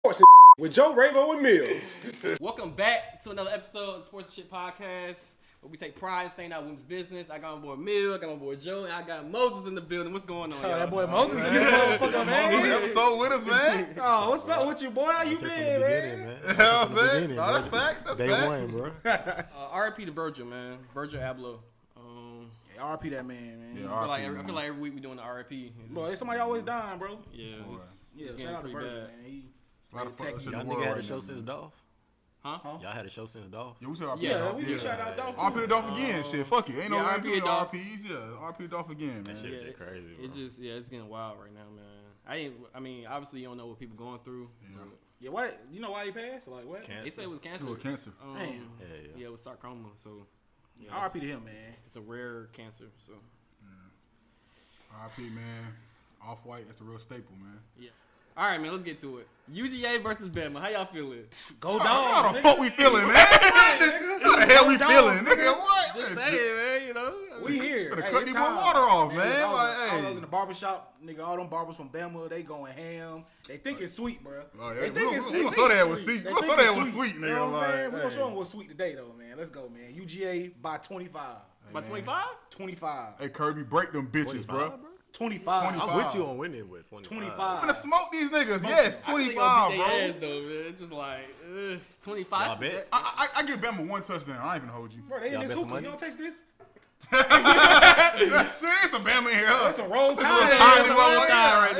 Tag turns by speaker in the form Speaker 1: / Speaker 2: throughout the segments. Speaker 1: sports and with Joe Ravo and Mills.
Speaker 2: Welcome back to another episode of the Sports and Shit Podcast, where we take pride in staying out women's business. I got on board Mill, I got on board Joe, and I got Moses in the building. What's going on,
Speaker 3: Oh, that
Speaker 2: y'all?
Speaker 3: boy Moses in this motherfucker,
Speaker 4: Hey.
Speaker 3: man.
Speaker 4: episode with us, man.
Speaker 3: Oh, what's up with you, boy? How you
Speaker 5: Take from
Speaker 3: been,
Speaker 5: the beginning,
Speaker 3: man?
Speaker 5: man.
Speaker 4: You know what I'm saying?
Speaker 5: Beginning,
Speaker 4: No, that's
Speaker 5: bro.
Speaker 4: facts, that's
Speaker 5: Day
Speaker 4: facts.
Speaker 5: one, bro.
Speaker 2: Uh, RIP to Virgil, man. Virgil Abloh. Um,
Speaker 3: Hey, RP that man, man.
Speaker 4: Yeah,
Speaker 2: I, feel
Speaker 4: RP,
Speaker 2: like every, I
Speaker 4: man.
Speaker 2: feel like every week we doing the RIP.
Speaker 3: Boy, it's somebody always dying, bro.
Speaker 2: yeah.
Speaker 4: Boy.
Speaker 3: Yeah,
Speaker 2: It's
Speaker 3: shout out to
Speaker 2: getting
Speaker 3: Virgil,
Speaker 2: pretty
Speaker 3: man. He,
Speaker 4: A lot of
Speaker 3: Y'all
Speaker 4: fuck shit in
Speaker 5: Y'all
Speaker 4: the
Speaker 5: nigga
Speaker 4: world
Speaker 5: had a
Speaker 4: right
Speaker 5: show
Speaker 4: now,
Speaker 5: since
Speaker 4: man.
Speaker 5: Dolph.
Speaker 2: Huh?
Speaker 5: Y'all had a show since Dolph.
Speaker 4: Yeah, we said RP
Speaker 2: Yeah,
Speaker 4: to
Speaker 3: yeah,
Speaker 4: Dolph.
Speaker 3: we
Speaker 4: yeah.
Speaker 3: can shout out Dolph,
Speaker 4: RP
Speaker 3: too.
Speaker 4: to Dolph again. Shit, fuck you. Ain't no
Speaker 2: yeah,
Speaker 4: RP
Speaker 2: RP to
Speaker 4: to
Speaker 2: Dolph.
Speaker 4: RPs. Yeah, RP to Dolph again,
Speaker 5: That
Speaker 4: man.
Speaker 5: shit
Speaker 2: Yeah,
Speaker 5: get crazy, bro.
Speaker 2: It's just yeah, it's getting wild right now, man. I ain't. I mean, obviously you don't know what people going through.
Speaker 4: Yeah.
Speaker 2: but
Speaker 3: Yeah, why? You know why he passed? Like what?
Speaker 5: Cancer.
Speaker 2: They say it was cancer.
Speaker 4: It was cancer.
Speaker 2: Um,
Speaker 3: Damn.
Speaker 5: Yeah, yeah.
Speaker 2: Yeah, it was sarcoma. So yeah,
Speaker 3: RP
Speaker 2: it's,
Speaker 3: to him, man.
Speaker 2: it's a rare cancer. So
Speaker 4: RP, man. Off white, that's a real staple, man.
Speaker 2: yeah. All right, man. Let's get to it. UGA versus Bama. How y'all feeling?
Speaker 3: Go
Speaker 4: How
Speaker 3: dogs,
Speaker 4: the
Speaker 3: nigga.
Speaker 4: fuck we feeling, man? How the hell we feeling, nigga? What?
Speaker 2: Just say it, man. You know. I mean,
Speaker 3: We here.
Speaker 4: Better
Speaker 3: Hey,
Speaker 4: cut
Speaker 3: it's
Speaker 4: these
Speaker 3: time.
Speaker 4: water off, man.
Speaker 3: I was,
Speaker 4: Like,
Speaker 3: I was- I
Speaker 4: hey.
Speaker 3: was in the barbershop, nigga. All them barbers from Bama, they going ham. They think it's sweet, bro.
Speaker 4: Oh, yeah.
Speaker 3: They
Speaker 4: We
Speaker 3: think
Speaker 4: gonna-
Speaker 3: it's
Speaker 4: we
Speaker 3: they think
Speaker 4: gonna show that
Speaker 3: it's
Speaker 4: was
Speaker 3: They
Speaker 4: sweet. We gonna
Speaker 3: think
Speaker 4: show
Speaker 3: it's
Speaker 4: that was sweet,
Speaker 3: You know
Speaker 4: nigga.
Speaker 3: what I'm saying?
Speaker 4: Like,
Speaker 3: We gonna show them
Speaker 4: hey.
Speaker 3: what's sweet today, though, man. Let's go, man. UGA by 25.
Speaker 2: By
Speaker 4: man.
Speaker 2: 25?
Speaker 3: 25.
Speaker 4: Hey, Kirby, break them bitches,
Speaker 5: 25,
Speaker 4: bro.
Speaker 5: bro?
Speaker 3: 25.
Speaker 5: I'm
Speaker 4: 25.
Speaker 5: with you on winning with 25.
Speaker 3: 25.
Speaker 4: I'm gonna smoke these niggas.
Speaker 3: Smoke
Speaker 4: Yes,
Speaker 3: them.
Speaker 2: I think
Speaker 4: 25,
Speaker 2: I'll beat they
Speaker 4: bro.
Speaker 2: Ass, though, man. It's just like ugh, 25.
Speaker 5: Y'all bet?
Speaker 4: I, I, I give Bama one touchdown. I ain't even hold you.
Speaker 3: Bro, they in
Speaker 5: Y'all
Speaker 3: this
Speaker 5: bet some
Speaker 3: hookah. You don't
Speaker 5: money?
Speaker 3: taste this?
Speaker 4: That's serious, a Bama in here.
Speaker 3: That's
Speaker 4: huh?
Speaker 3: a roll
Speaker 4: That's a
Speaker 3: tide.
Speaker 4: tiny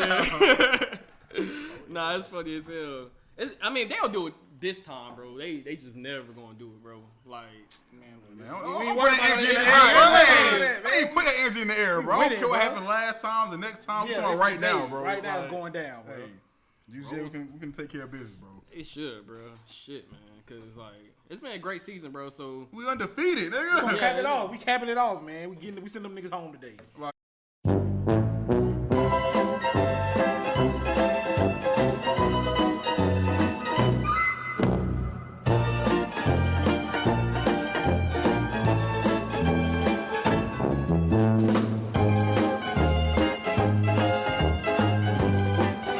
Speaker 2: That's a
Speaker 4: little
Speaker 2: roll
Speaker 4: one.
Speaker 2: tide
Speaker 4: Yeah.
Speaker 2: Nah, it's funny as hell. It's, I mean, they don't do it this time, bro. They they just never gonna do it, bro. Like,
Speaker 4: Man,
Speaker 3: We
Speaker 4: I'm-
Speaker 3: ain't
Speaker 4: I'm
Speaker 3: worried
Speaker 4: putting
Speaker 3: about
Speaker 4: energy in the
Speaker 3: that.
Speaker 4: air,
Speaker 3: We ain't worried about
Speaker 4: bro. Hey, Hey, put that energy in the air, bro. I
Speaker 3: with
Speaker 4: don't
Speaker 3: it,
Speaker 4: care what
Speaker 3: bro.
Speaker 4: happened last time, the next time,
Speaker 3: Yeah,
Speaker 4: yeah, going
Speaker 3: it's
Speaker 4: right
Speaker 3: today.
Speaker 4: now, bro.
Speaker 3: Right now it's
Speaker 4: Like,
Speaker 3: going down, bro.
Speaker 4: Hey, you just- we can, we can take care of business, bro.
Speaker 2: it should, bro. Shit, man. Cause like, it's been a great season, bro. So
Speaker 4: We undefeated,
Speaker 3: We
Speaker 4: nigga.
Speaker 2: Yeah,
Speaker 3: cap it
Speaker 2: it
Speaker 3: off. We capping it off, man. We getting we sending them niggas home today. You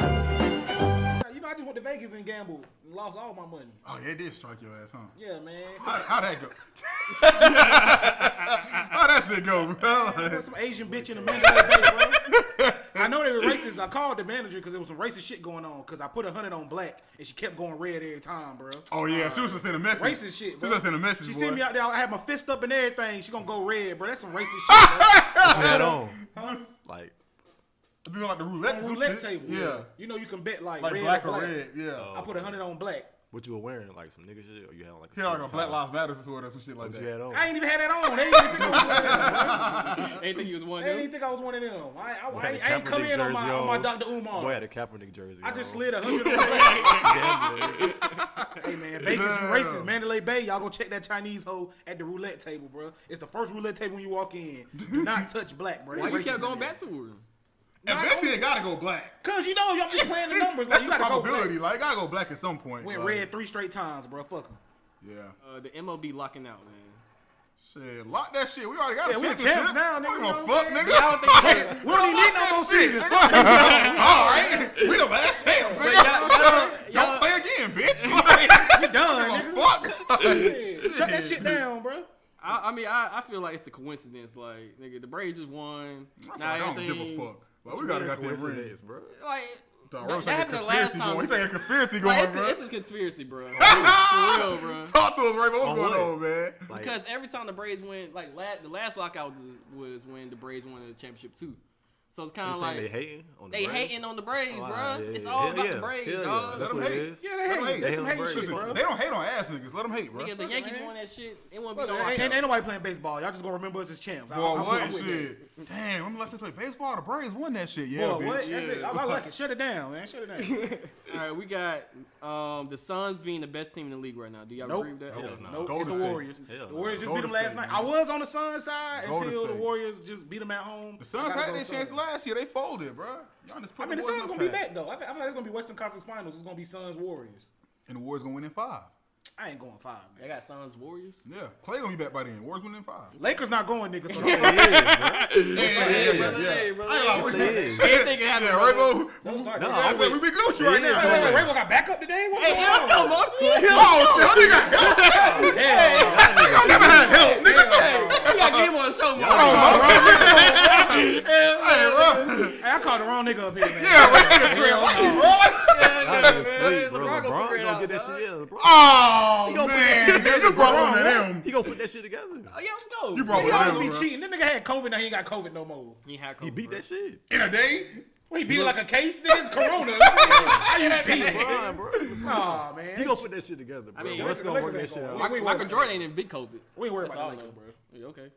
Speaker 3: know, I just went to Vegas and gambled, and lost all my money.
Speaker 4: Oh, yeah, it did strike your ass, huh?
Speaker 3: Yeah, man.
Speaker 4: How, how'd that go? How that shit go, bro?
Speaker 3: There was
Speaker 4: Like,
Speaker 3: some Asian bitch in the middle of the day, bro. I know they were racist. I called the manager because there was some racist shit going on. Because I put a hundred on black and she kept going red every time, bro.
Speaker 4: oh yeah, she was just in a message.
Speaker 3: Racist shit,
Speaker 4: She
Speaker 3: bro.
Speaker 4: was just in a message.
Speaker 3: She
Speaker 4: boy.
Speaker 3: seen me out there. I had my fist up and everything. She gonna go red, bro. That's some racist shit. Bro.
Speaker 5: What you had on? Like,
Speaker 4: doing like the roulette,
Speaker 3: On
Speaker 4: some
Speaker 3: roulette
Speaker 4: shit.
Speaker 3: table.
Speaker 4: Yeah,
Speaker 3: You know you can bet like,
Speaker 4: like
Speaker 3: red
Speaker 4: black
Speaker 3: or
Speaker 4: or
Speaker 3: black.
Speaker 4: red. Yeah,
Speaker 3: I put a hundred on black.
Speaker 5: what you were wearing? Like some nigga shit? Or you had on like a
Speaker 4: yeah, like a
Speaker 5: suit
Speaker 4: Black
Speaker 5: tie?
Speaker 4: Lives Matter sweater or some shit like
Speaker 5: What
Speaker 4: that.
Speaker 5: you had on?
Speaker 3: I ain't even had that on. They didn't even think I was one of them.
Speaker 2: anything you was one
Speaker 3: They didn't even
Speaker 2: dude.
Speaker 3: think I was one of them. I, I, I,
Speaker 5: Boy had a
Speaker 3: ain't- I ain't come
Speaker 5: Kaepernick
Speaker 3: in on my,
Speaker 5: jersey
Speaker 3: on my
Speaker 5: on.
Speaker 3: Dr. Umar.
Speaker 5: Boy had a Kaepernick jersey.
Speaker 3: I just
Speaker 5: on.
Speaker 3: slid a hundred on black.
Speaker 5: Gambling.
Speaker 3: Hey man, Vegas, you
Speaker 4: Yeah.
Speaker 3: racist. Mandalay Bay, y'all go check that Chinese hoe at the roulette table, bro. It's the first roulette table when you walk in. Do not touch black, bro.
Speaker 2: Why you kept going back to her?
Speaker 4: Eventually, it gotta go black.
Speaker 3: Cause you know y'all be playing the numbers. Like
Speaker 4: That's
Speaker 3: you
Speaker 4: the
Speaker 3: gotta go
Speaker 4: probability.
Speaker 3: black.
Speaker 4: Like, it gotta go black at some point.
Speaker 3: Went
Speaker 4: like,
Speaker 3: red three straight times, bro. Fuck 'em.
Speaker 4: Yeah.
Speaker 2: Uh, the MOB locking out, man.
Speaker 4: Shit, lock that shit. We already got
Speaker 3: Yeah,
Speaker 4: a
Speaker 3: we the
Speaker 4: championship.
Speaker 3: champs now,
Speaker 4: We
Speaker 3: nigga, you
Speaker 4: don't
Speaker 3: know
Speaker 4: give a
Speaker 3: what
Speaker 4: fuck,
Speaker 3: I'm
Speaker 4: nigga.
Speaker 2: I don't think they
Speaker 3: We don't even need no
Speaker 4: Lock
Speaker 3: more
Speaker 4: that shit,
Speaker 3: seasons.
Speaker 4: nigga.
Speaker 3: Fuck.
Speaker 4: All right, we the last champs.
Speaker 2: y'all- y'all-
Speaker 4: nigga.
Speaker 2: y'all-
Speaker 4: Don't play again, bitch. Like,
Speaker 3: We done,
Speaker 4: give
Speaker 3: nigga.
Speaker 4: a fuck.
Speaker 3: Yeah. Shut that shit down, bro.
Speaker 2: I, I mean, I, I feel like it's a coincidence. Like, nigga, the Braves just won. Now
Speaker 4: I don't give a
Speaker 2: everything-
Speaker 4: fuck. Like, we gotta got that ring.
Speaker 5: Coincidence, bro.
Speaker 2: Like,
Speaker 4: Dog,
Speaker 2: that,
Speaker 4: Rose
Speaker 2: that
Speaker 4: like a
Speaker 2: happened the last
Speaker 4: conspiracy
Speaker 2: time.
Speaker 4: going. He's like a conspiracy
Speaker 2: Like,
Speaker 4: going,
Speaker 2: it's,
Speaker 4: bro.
Speaker 2: it's a conspiracy, bro. Like, for real, bro.
Speaker 4: Talk to us, Rainbow. What's
Speaker 5: On
Speaker 4: going
Speaker 5: what?
Speaker 4: on, man?
Speaker 5: Like,
Speaker 2: Because every time the Braves win, like la- the last lockout was, was when the Braves won the championship too. So it's kind
Speaker 5: you
Speaker 2: of
Speaker 5: saying
Speaker 2: like
Speaker 5: they hating on the
Speaker 2: they
Speaker 5: Braves?
Speaker 2: hating on the Braves,
Speaker 5: Oh,
Speaker 2: bruh.
Speaker 5: yeah,
Speaker 2: it's
Speaker 5: yeah,
Speaker 2: all
Speaker 5: hell
Speaker 2: about
Speaker 5: yeah,
Speaker 2: the Braves,
Speaker 5: hell yeah,
Speaker 2: dog.
Speaker 5: That's
Speaker 4: Let 'em
Speaker 5: what it
Speaker 4: hate.
Speaker 5: is.
Speaker 3: Yeah, they hate.
Speaker 4: hate.
Speaker 3: That's
Speaker 5: They
Speaker 3: some
Speaker 5: hate
Speaker 3: hate
Speaker 5: on
Speaker 3: shit,
Speaker 5: Brady.
Speaker 3: bro.
Speaker 4: They don't hate on ass niggas. Let them hate, bro.
Speaker 2: Nigga, if the
Speaker 3: Fuck it,
Speaker 2: Yankees
Speaker 3: man.
Speaker 2: won that shit, it wouldn't be
Speaker 3: Fuck
Speaker 2: no
Speaker 3: it, Ain't, ain't
Speaker 2: lockout.
Speaker 3: nobody playing baseball. Y'all just gonna remember us as champs. I-
Speaker 4: Boy,
Speaker 3: I'm-
Speaker 4: what
Speaker 3: I'm with that.
Speaker 4: shit? Damn, remember last time they played baseball? The Braves won that shit. Yeah,
Speaker 3: Boy,
Speaker 4: bitch.
Speaker 3: what? That's it.
Speaker 4: Yeah.
Speaker 3: I, I like it. Shut it down, man. Shut it down.
Speaker 2: All right, we got um, the Suns being the best team in the league right now. Do y'all
Speaker 3: Nope.
Speaker 2: agree with that?
Speaker 5: Hell no.
Speaker 3: Nope,
Speaker 4: Golden
Speaker 3: it's the
Speaker 4: State.
Speaker 3: Warriors.
Speaker 5: Hell
Speaker 3: the
Speaker 5: no.
Speaker 3: Warriors just beat
Speaker 4: Golden
Speaker 3: them last
Speaker 4: State,
Speaker 3: night.
Speaker 4: man.
Speaker 3: I was on the Suns side
Speaker 4: Golden
Speaker 3: until the
Speaker 4: State.
Speaker 3: Warriors just beat them at home.
Speaker 4: The Suns
Speaker 3: I gotta
Speaker 4: had
Speaker 3: go
Speaker 4: their chance
Speaker 3: Suns.
Speaker 4: last year. They folded, bro. Y'all just put
Speaker 3: I mean, the
Speaker 4: Warriors
Speaker 3: Suns
Speaker 4: on
Speaker 3: gonna be
Speaker 4: the path.
Speaker 3: back though. I, thi- I feel like it's gonna be Western Conference Finals. It's gonna be Suns Warriors.
Speaker 4: And the Warriors gonna win in five.
Speaker 3: I ain't going five. Man.
Speaker 2: They got Suns Warriors.
Speaker 4: Yeah, Clay gonna be back by then. Warriors win in five.
Speaker 3: Lakers not going, nigga. So
Speaker 5: It is, Oh, bro.
Speaker 4: Yeah,
Speaker 2: Hey, brother, hey, brother,
Speaker 4: I ain't like,
Speaker 5: Yes, they is.
Speaker 2: Anything can happen,
Speaker 4: yeah,
Speaker 2: brother.
Speaker 4: Rainbow.
Speaker 3: Don't start.
Speaker 5: No,
Speaker 3: Wait,
Speaker 4: I
Speaker 5: I
Speaker 4: said
Speaker 5: wait.
Speaker 4: we be Gucci
Speaker 5: It
Speaker 4: right
Speaker 5: is
Speaker 4: now.
Speaker 3: wait, wait,
Speaker 5: going.
Speaker 3: Rainbow got backup today.
Speaker 4: Oh, shit, I think I help.
Speaker 3: Hell no.
Speaker 4: I never had help, nigga.
Speaker 2: We gotta get him on the show, man.
Speaker 3: Hey, I called the wrong nigga up here, man.
Speaker 5: I ain't even sleep, bro. LeBron gonna get that shit. Yeah, LeBron.
Speaker 4: Oh,
Speaker 5: gonna put
Speaker 4: man.
Speaker 5: that-
Speaker 4: You brought one of them.
Speaker 5: He gonna put that shit together.
Speaker 2: Oh, yeah, let's go.
Speaker 4: You brought
Speaker 3: He
Speaker 4: one of
Speaker 3: always be
Speaker 4: them.
Speaker 3: cheating. That nigga had COVID, now he ain't got COVID no more.
Speaker 2: He, had
Speaker 5: He
Speaker 2: COVID,
Speaker 5: beat
Speaker 2: bro.
Speaker 5: that shit.
Speaker 4: bro. In a day?
Speaker 3: Well, he beat it like a case. Nigga, it's Corona. How you beat it?
Speaker 5: LeBron, bro.
Speaker 3: Nah, man.
Speaker 5: He gonna put that shit together, bro.
Speaker 2: mean,
Speaker 5: What's
Speaker 3: the
Speaker 5: gonna
Speaker 3: Lakers
Speaker 5: work that
Speaker 3: ain't
Speaker 5: shit
Speaker 3: gonna win.
Speaker 2: Michael,
Speaker 5: out?
Speaker 3: ain't worried
Speaker 2: Michael
Speaker 3: about
Speaker 2: Jordan ain't even beat COVID.
Speaker 3: We ain't worried
Speaker 2: That's
Speaker 3: about
Speaker 2: all
Speaker 3: the
Speaker 2: I
Speaker 3: Lakers,
Speaker 2: know.
Speaker 3: bro.
Speaker 2: Yeah, okay.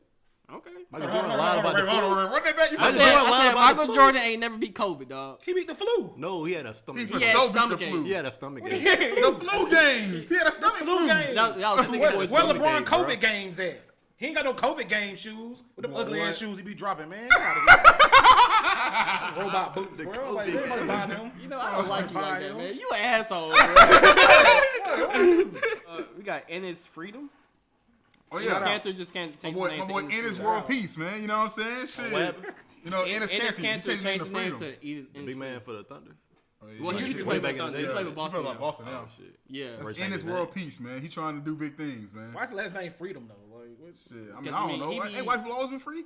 Speaker 2: Okay.
Speaker 5: Michael
Speaker 4: Hold
Speaker 5: Jordan
Speaker 4: on,
Speaker 5: lied
Speaker 4: hold
Speaker 5: about
Speaker 4: on,
Speaker 5: the
Speaker 4: hold on,
Speaker 5: flu.
Speaker 4: hold on. Run that back. You
Speaker 2: I
Speaker 4: said
Speaker 2: said,
Speaker 5: Jordan
Speaker 2: I
Speaker 5: lied
Speaker 2: said
Speaker 5: about the
Speaker 2: Michael
Speaker 5: flu.
Speaker 2: Jordan ain't never beat COVID, dog.
Speaker 3: He beat the flu.
Speaker 5: No, he had a stomach.
Speaker 4: He
Speaker 5: ache.
Speaker 4: for
Speaker 2: Yeah,
Speaker 4: sure beat the
Speaker 2: stomach ache.
Speaker 4: flu.
Speaker 5: He had a stomach. ache.
Speaker 4: The flu games. He had a stomach
Speaker 3: Flu
Speaker 4: flu.
Speaker 3: game.
Speaker 2: Y'all- y'all flu
Speaker 3: where
Speaker 2: boys
Speaker 3: where
Speaker 5: don't
Speaker 3: LeBron
Speaker 5: be big,
Speaker 3: COVID
Speaker 5: bro.
Speaker 3: games at? He ain't got no COVID game shoes. With them ugly ass
Speaker 5: what?
Speaker 3: shoes he be dropping, man. Get outta here. Robot boots,
Speaker 5: The
Speaker 3: bro. Like,
Speaker 5: COVID
Speaker 3: man,
Speaker 5: game.
Speaker 3: buy them.
Speaker 2: You know, I don't like you like that,
Speaker 3: Bio.
Speaker 2: man. You an asshole, bro. uh, we got Ennis Freedom.
Speaker 4: Oh,
Speaker 2: Just
Speaker 4: yeah.
Speaker 2: cancer just can't
Speaker 4: My
Speaker 2: take
Speaker 4: boy,
Speaker 2: his
Speaker 4: my
Speaker 2: name
Speaker 4: boy
Speaker 2: to
Speaker 4: Ennis World Peace, man. You know what I'm saying? Shit.
Speaker 5: Web.
Speaker 4: You know,
Speaker 2: Ennis
Speaker 4: Ennis
Speaker 2: Ennis
Speaker 4: Cancer. You
Speaker 2: Cancer
Speaker 4: changed his name
Speaker 2: changed
Speaker 4: to
Speaker 2: his name
Speaker 4: Freedom.
Speaker 2: to Ennis
Speaker 5: The big man for the Thunder.
Speaker 2: Well, he
Speaker 5: Like,
Speaker 2: used to
Speaker 5: shit,
Speaker 2: play
Speaker 5: way
Speaker 2: back
Speaker 5: back
Speaker 2: in
Speaker 5: in
Speaker 2: the
Speaker 5: the
Speaker 2: day. He
Speaker 5: day.
Speaker 2: played
Speaker 4: He
Speaker 2: with
Speaker 4: played
Speaker 2: Boston.
Speaker 4: with
Speaker 2: now.
Speaker 4: Boston now.
Speaker 5: Oh shit.
Speaker 2: Yeah.
Speaker 4: That's
Speaker 5: Worst thing
Speaker 4: Ennis
Speaker 5: in the
Speaker 4: World
Speaker 5: day.
Speaker 4: Peace, man. He trying to do big things, man.
Speaker 3: Why's the last name Freedom though? Like, what?
Speaker 4: Shit, I
Speaker 2: Because, I
Speaker 4: mean, I
Speaker 2: mean,
Speaker 4: don't know.
Speaker 2: he be-
Speaker 4: Ain't white people always been free?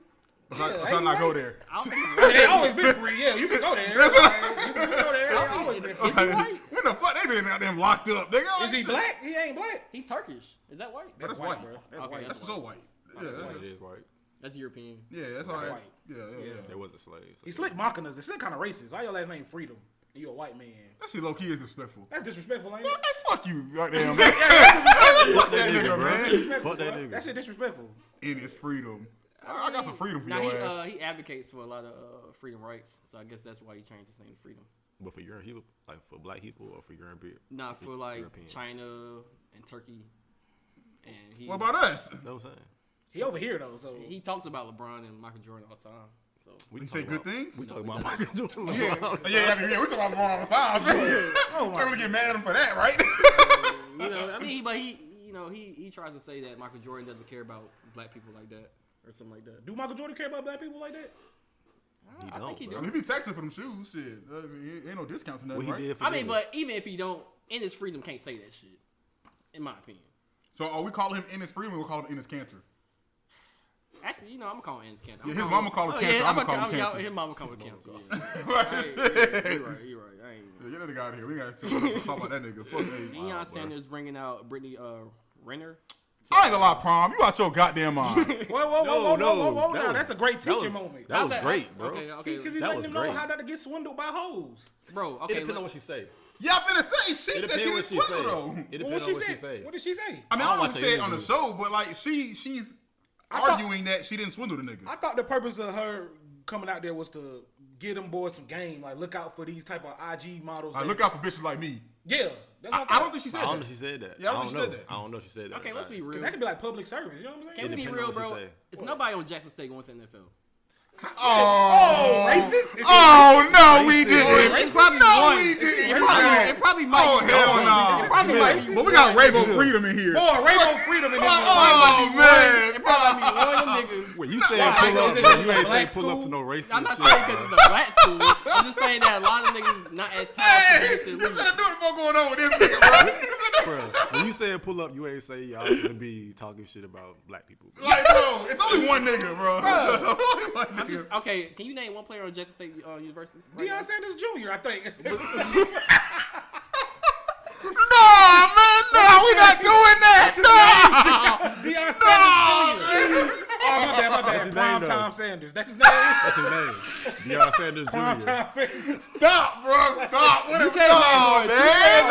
Speaker 4: Let's not-
Speaker 3: Yeah,
Speaker 4: let's not
Speaker 3: ain't
Speaker 4: not go
Speaker 3: white-
Speaker 4: there.
Speaker 2: I don't
Speaker 3: I
Speaker 2: think-
Speaker 3: mean, they always been free. Yeah, you can go there. Like, you can go there. They always been free.
Speaker 2: Is he white?
Speaker 4: When the fuck they been out there locked up, nigga?
Speaker 3: Is he black? He ain't black.
Speaker 2: He Turkish. Is that white?
Speaker 4: That's white, bro.
Speaker 3: That's
Speaker 2: Okay,
Speaker 3: white.
Speaker 2: that's-
Speaker 4: That's so white. Yeah, Oh, that's-
Speaker 5: It is right.
Speaker 2: That's European.
Speaker 4: yeah, that's all right.
Speaker 3: white.
Speaker 4: Yeah, yeah, yeah.
Speaker 5: They wasn't slaves.
Speaker 3: He slick mocking us. It's still kind of racist. Why your last name Freedom? And you a white man.
Speaker 4: That shit low key is disrespectful.
Speaker 3: That's disrespectful, ain't it?
Speaker 4: Man, fuck you, goddamn. man.
Speaker 3: Yeah, that's disrespectful.
Speaker 5: Fuck
Speaker 4: that
Speaker 5: that
Speaker 4: nigga,
Speaker 5: nigga,
Speaker 4: man.
Speaker 5: bro.
Speaker 3: Disrespectful,
Speaker 5: Fuck that
Speaker 3: bro. That shit
Speaker 5: nigga.
Speaker 3: disrespectful.
Speaker 4: In his freedom. I, I got some freedom for
Speaker 2: Now
Speaker 4: your
Speaker 2: he
Speaker 4: ass.
Speaker 2: uh, he advocates for a lot of uh, freedom rights, so I guess that's why he changed his name to Freedom.
Speaker 5: But for urine people, like for black people or for urine people.
Speaker 2: Not for like
Speaker 5: Europeans.
Speaker 2: China and Turkey. And he
Speaker 4: what about us?
Speaker 5: You know what I'm saying?
Speaker 3: He over here though, so
Speaker 2: he talks about LeBron and Michael Jordan all the time. So
Speaker 5: We
Speaker 4: He
Speaker 5: talking
Speaker 4: say good
Speaker 5: about-
Speaker 4: things?
Speaker 5: We talking about Michael Jordan.
Speaker 4: Yeah, yeah, I mean, yeah, we talk about LeBron all the time. So
Speaker 3: Oh,
Speaker 4: I'm
Speaker 3: my.
Speaker 4: gonna get mad at him for that, right?
Speaker 2: you know, I mean, he, but he you know he he tries to say that Michael Jordan doesn't care about black people like that or something like that.
Speaker 3: do Michael Jordan care about black people like that?
Speaker 5: He
Speaker 2: I think he
Speaker 4: I
Speaker 5: don't, bro.
Speaker 4: mean, he be taxing for them shoes, shit. Uh, Ain't ain't no discounts in that,
Speaker 5: What he
Speaker 4: right?
Speaker 5: did for
Speaker 2: I mean,
Speaker 5: niggas.
Speaker 2: but even if he don't, in his freedom can't say that shit. In my opinion,
Speaker 4: So are we calling him Ennis Freeman? We'll call him Ennis Cancer.
Speaker 2: actually, you know, I'm gonna call him Ennis Cancer.
Speaker 4: Yeah, his mama call him Cancer, I'ma call him Cancer.
Speaker 2: His mama call him Cancer. Yeah.
Speaker 4: yeah,
Speaker 2: You're right. You're right. I ain't.
Speaker 4: get that nigga out of here. We gotta talk- talk about that nigga. Fuck hey.
Speaker 2: Deion
Speaker 5: Wow, bro.
Speaker 2: Sanders bringing out Brittany uh, Renner.
Speaker 4: I ain't gonna lie, prom. You out your goddamn mind.
Speaker 3: Whoa, whoa, whoa,
Speaker 5: No,
Speaker 3: whoa,
Speaker 5: no,
Speaker 3: whoa, whoa!
Speaker 5: that
Speaker 3: Now
Speaker 5: was-
Speaker 3: that's a great
Speaker 5: that
Speaker 3: teacher
Speaker 5: was-
Speaker 3: moment.
Speaker 5: That was
Speaker 2: That-
Speaker 5: great, bro.
Speaker 2: Okay, okay.
Speaker 3: Because he's
Speaker 5: that
Speaker 3: letting
Speaker 5: was
Speaker 3: them know
Speaker 5: great.
Speaker 3: how not to get swindled by hoes.
Speaker 2: bro,
Speaker 5: It
Speaker 2: okay.
Speaker 5: depends on
Speaker 2: let-
Speaker 5: what she say.
Speaker 4: Y'all finna say she
Speaker 5: It
Speaker 4: said she
Speaker 5: depends what
Speaker 4: was
Speaker 5: she say.
Speaker 4: swindled though.
Speaker 5: It
Speaker 3: Well, what
Speaker 5: depends
Speaker 3: she
Speaker 5: on what she
Speaker 3: say?
Speaker 5: say.
Speaker 3: What did she say?
Speaker 4: I mean,
Speaker 5: I
Speaker 4: I
Speaker 5: don't
Speaker 4: wasn't
Speaker 5: watch that
Speaker 4: say it on the
Speaker 5: interview.
Speaker 4: show, but like she she's
Speaker 3: thought-
Speaker 4: arguing that she didn't swindle the nigga.
Speaker 3: I thought the purpose of her coming out there was to get them boys some game. Like look out for these type of IG models.
Speaker 4: Like,
Speaker 3: that-
Speaker 4: look out for bitches like me.
Speaker 3: Yeah, that's
Speaker 4: I,
Speaker 3: what
Speaker 4: I don't think she
Speaker 5: I
Speaker 4: said
Speaker 5: don't know
Speaker 4: that.
Speaker 5: if she said that.
Speaker 4: Yeah,
Speaker 5: I don't
Speaker 4: she
Speaker 5: know.
Speaker 4: said that.
Speaker 5: I don't know if she said that.
Speaker 2: Okay,
Speaker 5: or
Speaker 2: let's
Speaker 5: not.
Speaker 2: be real.
Speaker 3: Because that could be like public service. You know what I'm saying?
Speaker 2: Can we be
Speaker 5: depends on
Speaker 2: real,
Speaker 5: what she
Speaker 2: bro?
Speaker 5: say.
Speaker 2: It's nobody on Jackson State going to the NFL.
Speaker 4: Oh,
Speaker 3: racist? Is
Speaker 4: Oh no, we
Speaker 5: racist?
Speaker 4: didn't.
Speaker 2: It probably
Speaker 4: No,
Speaker 2: won.
Speaker 4: we didn't.
Speaker 2: It probably, it probably might.
Speaker 4: Oh
Speaker 2: be.
Speaker 4: hell
Speaker 5: no.
Speaker 4: no.
Speaker 2: It probably might. be.
Speaker 4: But we got Rainbow
Speaker 5: Yeah.
Speaker 4: Freedom in here.
Speaker 3: Boy, Rainbow Freedom in this.
Speaker 4: Oh man.
Speaker 2: It probably might be one of them niggas.
Speaker 5: Wait, you said
Speaker 2: why?
Speaker 5: pull up,
Speaker 2: Is it
Speaker 5: but you
Speaker 3: a
Speaker 5: ain't say
Speaker 3: black
Speaker 5: pull up to
Speaker 3: school?
Speaker 5: no racist
Speaker 2: I'm not
Speaker 5: shit.
Speaker 2: saying because it's a black school. I'm just saying that a lot of niggas not as
Speaker 4: Hey,
Speaker 2: talented.
Speaker 4: this
Speaker 2: to
Speaker 4: ain't
Speaker 2: lead.
Speaker 4: nothing more going on with this nigga, bro.
Speaker 5: bro. When you said pull up, you ain't say y'all gonna be talking shit about black people. bro.
Speaker 4: Like, bro, it's only one nigga, bro. only one nigga.
Speaker 2: Just- Okay, can you name one player on Jackson State uh, University? right now?
Speaker 3: Deion Sanders Jr. I think.
Speaker 4: No, man, no, we not doing that.
Speaker 3: Deion Sanders
Speaker 4: No,
Speaker 3: Jr. Oh, my bad, my
Speaker 5: That's
Speaker 3: bad.
Speaker 5: his
Speaker 3: Prime
Speaker 5: name,
Speaker 3: Time
Speaker 5: though.
Speaker 3: Sanders. That's his name.
Speaker 5: That's his name, Deion Sanders
Speaker 3: Prime
Speaker 5: Jr.
Speaker 3: Time Sanders.
Speaker 4: Stop, bro, stop. What a
Speaker 2: can't
Speaker 4: no,
Speaker 2: name more.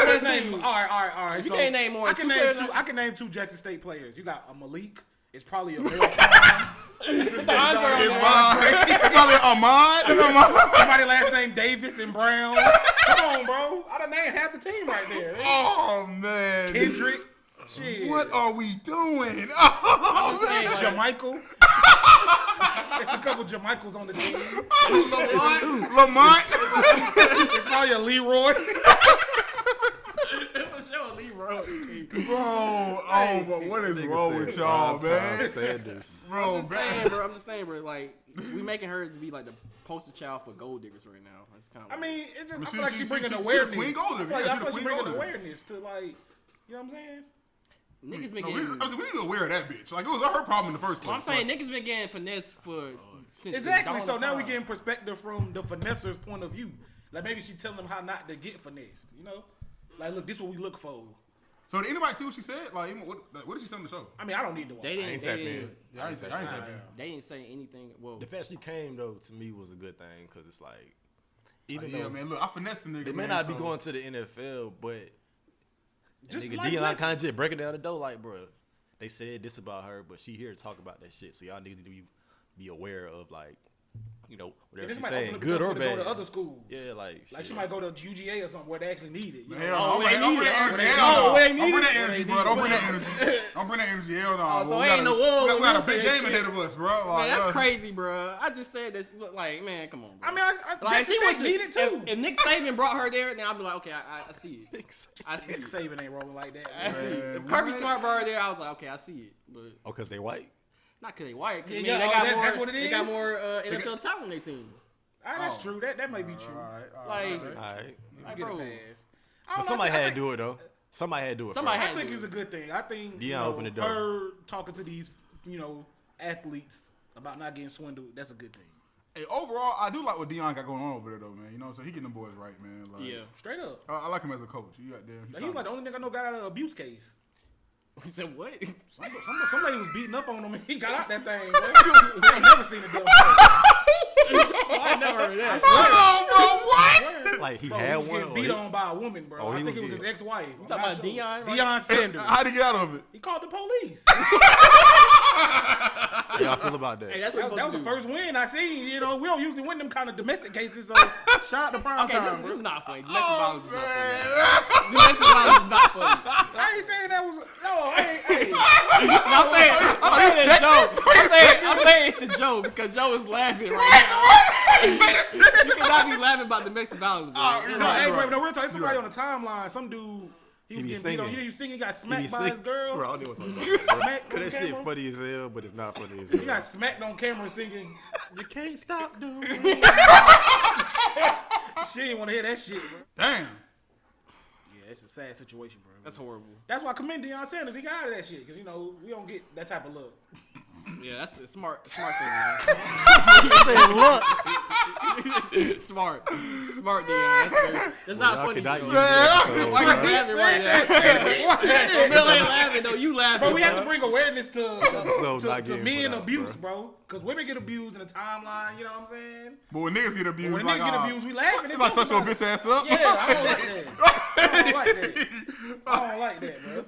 Speaker 2: You can't
Speaker 4: man.
Speaker 3: What his
Speaker 2: name more.
Speaker 3: name? All right, all right, all right. You
Speaker 2: can't name more
Speaker 3: I
Speaker 2: than
Speaker 3: can
Speaker 2: two
Speaker 3: name
Speaker 2: players,
Speaker 3: two.
Speaker 2: huh?
Speaker 3: I can name two Jackson State players. You got a Malik. It's probably a male. prime.
Speaker 4: It's
Speaker 2: Andre,
Speaker 4: mine. It's probably Ahmad. It's Ahmad.
Speaker 3: Somebody last name Davis and Brown. Come on, bro. I done named half the team right there.
Speaker 4: Oh man,
Speaker 3: Kendrick. Shit.
Speaker 4: what are we doing? Oh
Speaker 2: just
Speaker 4: man,
Speaker 2: saying, like-
Speaker 3: Jermichael. There's a couple Jermichaels on the team.
Speaker 4: Lamont, Lamont.
Speaker 3: It's probably a Leroy.
Speaker 2: show Leroy.
Speaker 4: Bro, oh, but what is wrong with
Speaker 5: Said
Speaker 4: y'all,
Speaker 5: Prime Time
Speaker 4: man?
Speaker 5: Sanders.
Speaker 4: Bro,
Speaker 2: I'm just
Speaker 4: man.
Speaker 2: saying, bro. I'm just saying, bro. Like, we making her be like the poster child for gold diggers right now. That's kind of.
Speaker 3: I mean, it just, I
Speaker 4: She-
Speaker 3: feel like
Speaker 4: she-
Speaker 3: she
Speaker 4: she-
Speaker 3: bringing
Speaker 4: she- she the
Speaker 3: awareness.
Speaker 4: queen golden.
Speaker 3: I feel like,
Speaker 4: Yeah,
Speaker 3: I
Speaker 4: she
Speaker 3: feel
Speaker 4: the
Speaker 3: like she
Speaker 4: queen
Speaker 3: bringing
Speaker 4: golden.
Speaker 3: awareness to like You know what I'm saying?
Speaker 2: Niggas been
Speaker 4: No, we,
Speaker 2: getting.
Speaker 4: I mean, we need to aware of that bitch. Like it was her problem in the first place.
Speaker 2: Well, I'm saying niggas been getting finesse for since the dawn
Speaker 3: Exactly.
Speaker 2: of
Speaker 3: So now we
Speaker 2: time.
Speaker 3: getting perspective from the finesser's point of view. Like maybe she telling them how not to get finessed. You know, like look, this what we look for.
Speaker 4: So did anybody see what she said? Like, even- what, like, what did she say on the show?
Speaker 3: I mean, I don't need to watch.
Speaker 2: They
Speaker 3: it.
Speaker 5: I
Speaker 2: didn't.
Speaker 5: ain't
Speaker 2: They
Speaker 5: tapping in.
Speaker 2: didn't,
Speaker 4: Yeah, I ain't say. I ain't say. man.
Speaker 2: they didn't say anything. Well,
Speaker 5: The fact she came though to me was a good thing because it's like,
Speaker 4: Like,
Speaker 5: even though
Speaker 4: Oh, yeah, man. Look, I finessed the nigga.
Speaker 5: they may
Speaker 4: man,
Speaker 5: not be
Speaker 4: so-
Speaker 5: going to the NFL, but
Speaker 3: Just
Speaker 5: nigga
Speaker 3: like
Speaker 5: Deion
Speaker 3: listen-
Speaker 5: Kanye breaking down the door like, bro, they said this about her, but she here to talk about that shit. So y'all need to be, be aware of like, you know, whatever
Speaker 3: This
Speaker 5: she's
Speaker 3: might open
Speaker 5: saying,
Speaker 3: up
Speaker 5: good
Speaker 3: the door
Speaker 5: or
Speaker 3: to go
Speaker 5: bad.
Speaker 3: to other schools.
Speaker 5: Yeah, like,
Speaker 3: Like she
Speaker 5: shit.
Speaker 3: might go to UGA or something where they actually need it. You know?
Speaker 4: Hell no,
Speaker 2: Oh,
Speaker 4: I'm
Speaker 2: where
Speaker 4: bringing
Speaker 2: they
Speaker 4: I'm
Speaker 2: need it.
Speaker 4: bringing energy.
Speaker 2: Oh,
Speaker 4: Hell
Speaker 2: where they
Speaker 4: no.
Speaker 2: need
Speaker 4: I'm
Speaker 2: it.
Speaker 4: bringing that energy, bro. Don't bring that energy. Don't bring that energy. Hell no.
Speaker 2: Oh, so
Speaker 4: bro. We
Speaker 2: ain't
Speaker 4: got a-
Speaker 2: no wall
Speaker 4: We got- we got a
Speaker 2: when you said
Speaker 4: big game
Speaker 2: shit.
Speaker 4: ahead of us, bro.
Speaker 2: man,
Speaker 3: Oh,
Speaker 4: Like,
Speaker 2: that's
Speaker 4: uh,
Speaker 2: crazy, bro. I just said that. she- Like, man, come on. Bro.
Speaker 3: I mean, I, I Jackson
Speaker 2: like, if she
Speaker 3: State
Speaker 2: went to,
Speaker 3: need it too.
Speaker 2: If, if Nick Saban brought her there, then I'd be like, okay, I, I, I see it. I see
Speaker 3: Nick
Speaker 2: it.
Speaker 3: Saban ain't rolling like that.
Speaker 2: I see
Speaker 3: man.
Speaker 2: it. If
Speaker 4: Man,
Speaker 2: Kirby
Speaker 4: what?
Speaker 2: Smart brought her there, I was like, okay, I see it. But
Speaker 5: Oh, cause they white.
Speaker 2: not because they white. 'cause,
Speaker 3: Yeah,
Speaker 2: I mean,
Speaker 3: yeah,
Speaker 2: they
Speaker 3: oh,
Speaker 2: got
Speaker 3: that's-
Speaker 2: more,
Speaker 3: that's what it
Speaker 2: They got
Speaker 3: is?
Speaker 2: more uh, NFL talent on their team.
Speaker 3: Ah, that's
Speaker 4: Oh.
Speaker 3: true. That that may be true.
Speaker 4: All right, all
Speaker 2: Like-
Speaker 4: right.
Speaker 5: All right,
Speaker 3: You
Speaker 2: Like,
Speaker 3: get a
Speaker 2: bro.
Speaker 3: pass. I don't
Speaker 5: but
Speaker 3: know,
Speaker 5: somebody
Speaker 3: I
Speaker 5: had to
Speaker 3: think-
Speaker 5: do it though. Somebody had to do it.
Speaker 2: Somebody
Speaker 3: I
Speaker 5: first.
Speaker 2: had
Speaker 3: think
Speaker 2: to.
Speaker 3: it's a good thing. I think you
Speaker 5: Deion
Speaker 3: know,
Speaker 5: opened the door.
Speaker 3: her talking to these you know athletes about not getting swindled. That's a good thing.
Speaker 4: Hey, overall, I do like what Dion got going on over there, though, man. You know, so he getting the boys right, man. Like,
Speaker 2: Yeah.
Speaker 3: Straight up.
Speaker 4: I, I like him as a coach. He out there.
Speaker 3: Like, he's like the only nigga I know got out of an abuse case.
Speaker 2: He said, what?
Speaker 3: Some, some, somebody was beating up on him and he got out that thing. bro. I ain't never seen a damn thing.
Speaker 2: I never heard that.
Speaker 4: oh, bro, what?
Speaker 5: Like he
Speaker 3: Bro,
Speaker 5: had
Speaker 3: he was
Speaker 5: one.
Speaker 3: getting
Speaker 5: or
Speaker 3: beat
Speaker 5: he-
Speaker 3: on by a woman, bro.
Speaker 5: Oh,
Speaker 3: I
Speaker 5: he
Speaker 3: think
Speaker 5: was
Speaker 3: it was his
Speaker 5: getting-
Speaker 3: ex-wife. You
Speaker 2: talking about Deion, right?
Speaker 3: Deion Sanders.
Speaker 4: How'd he get out of it?
Speaker 3: he called the police.
Speaker 5: How y'all feel about that?
Speaker 2: Hey, that's
Speaker 3: That,
Speaker 2: what
Speaker 3: that was
Speaker 2: you
Speaker 3: the
Speaker 2: supposed
Speaker 3: first win I seen. You know, we don't usually win them kind of domestic cases. So shout out to prime
Speaker 2: to do. Okay,
Speaker 3: time,
Speaker 2: this,
Speaker 3: bro.
Speaker 2: this is not funny. Domestic
Speaker 4: Oh,
Speaker 2: violence is not funny.
Speaker 4: man.
Speaker 2: Domestic violence is not funny.
Speaker 3: I ain't saying that was no. I ain't, I ain't.
Speaker 2: I'm saying, I'm saying it's a joke. I'm saying, I'm saying it's a joke because Joe is laughing right now. you cannot be laughing about domestic violence, bro. You're
Speaker 3: Oh, No,
Speaker 2: right,
Speaker 3: hey,
Speaker 2: bro.
Speaker 3: bro, no, real talk. It's somebody on the timeline. Some dude, he was getting
Speaker 5: be
Speaker 3: beat on.
Speaker 5: singing.
Speaker 3: He didn't sing. He got
Speaker 5: He
Speaker 3: smacked by
Speaker 5: sick.
Speaker 3: his girl.
Speaker 5: Bro, I don't even wanna talk about
Speaker 3: Smacked
Speaker 5: that, bro.
Speaker 3: on
Speaker 5: Cause that shit
Speaker 3: camera.
Speaker 5: funny as hell, but it's not funny as hell.
Speaker 3: He got smacked on camera singing. You can't stop doing. she didn't want to hear that shit, bro.
Speaker 4: Damn.
Speaker 3: Yeah, it's a sad situation, bro.
Speaker 2: That's horrible.
Speaker 3: That's why I commend Deion Sanders. He got out of that shit because you know we don't get that type of love.
Speaker 2: Yeah, that's a smart, smart thing. Man.
Speaker 5: look.
Speaker 2: smart, smart Dion. That's, very, that's not
Speaker 5: Y'all
Speaker 2: funny.
Speaker 5: cannot use
Speaker 2: Dion.
Speaker 5: that episode,
Speaker 2: Why you
Speaker 5: bro.
Speaker 2: laughing right now?
Speaker 3: But
Speaker 2: Bill ain't laughing though. You laughing?
Speaker 3: we
Speaker 2: bro.
Speaker 3: have to bring awareness to
Speaker 5: episode's
Speaker 3: to,
Speaker 5: not
Speaker 3: to
Speaker 5: getting
Speaker 3: men
Speaker 5: put out,
Speaker 3: abuse,
Speaker 5: bro.
Speaker 3: bro. Because women get abused in the timeline. You know what I'm saying?
Speaker 4: But when niggas get abused,
Speaker 3: When
Speaker 4: like,
Speaker 3: niggas get
Speaker 4: uh,
Speaker 3: abused, we laughing.
Speaker 4: It's like shut your bitch ass up.
Speaker 3: Yeah, I don't like that. I don't like that. I don't like that, bro.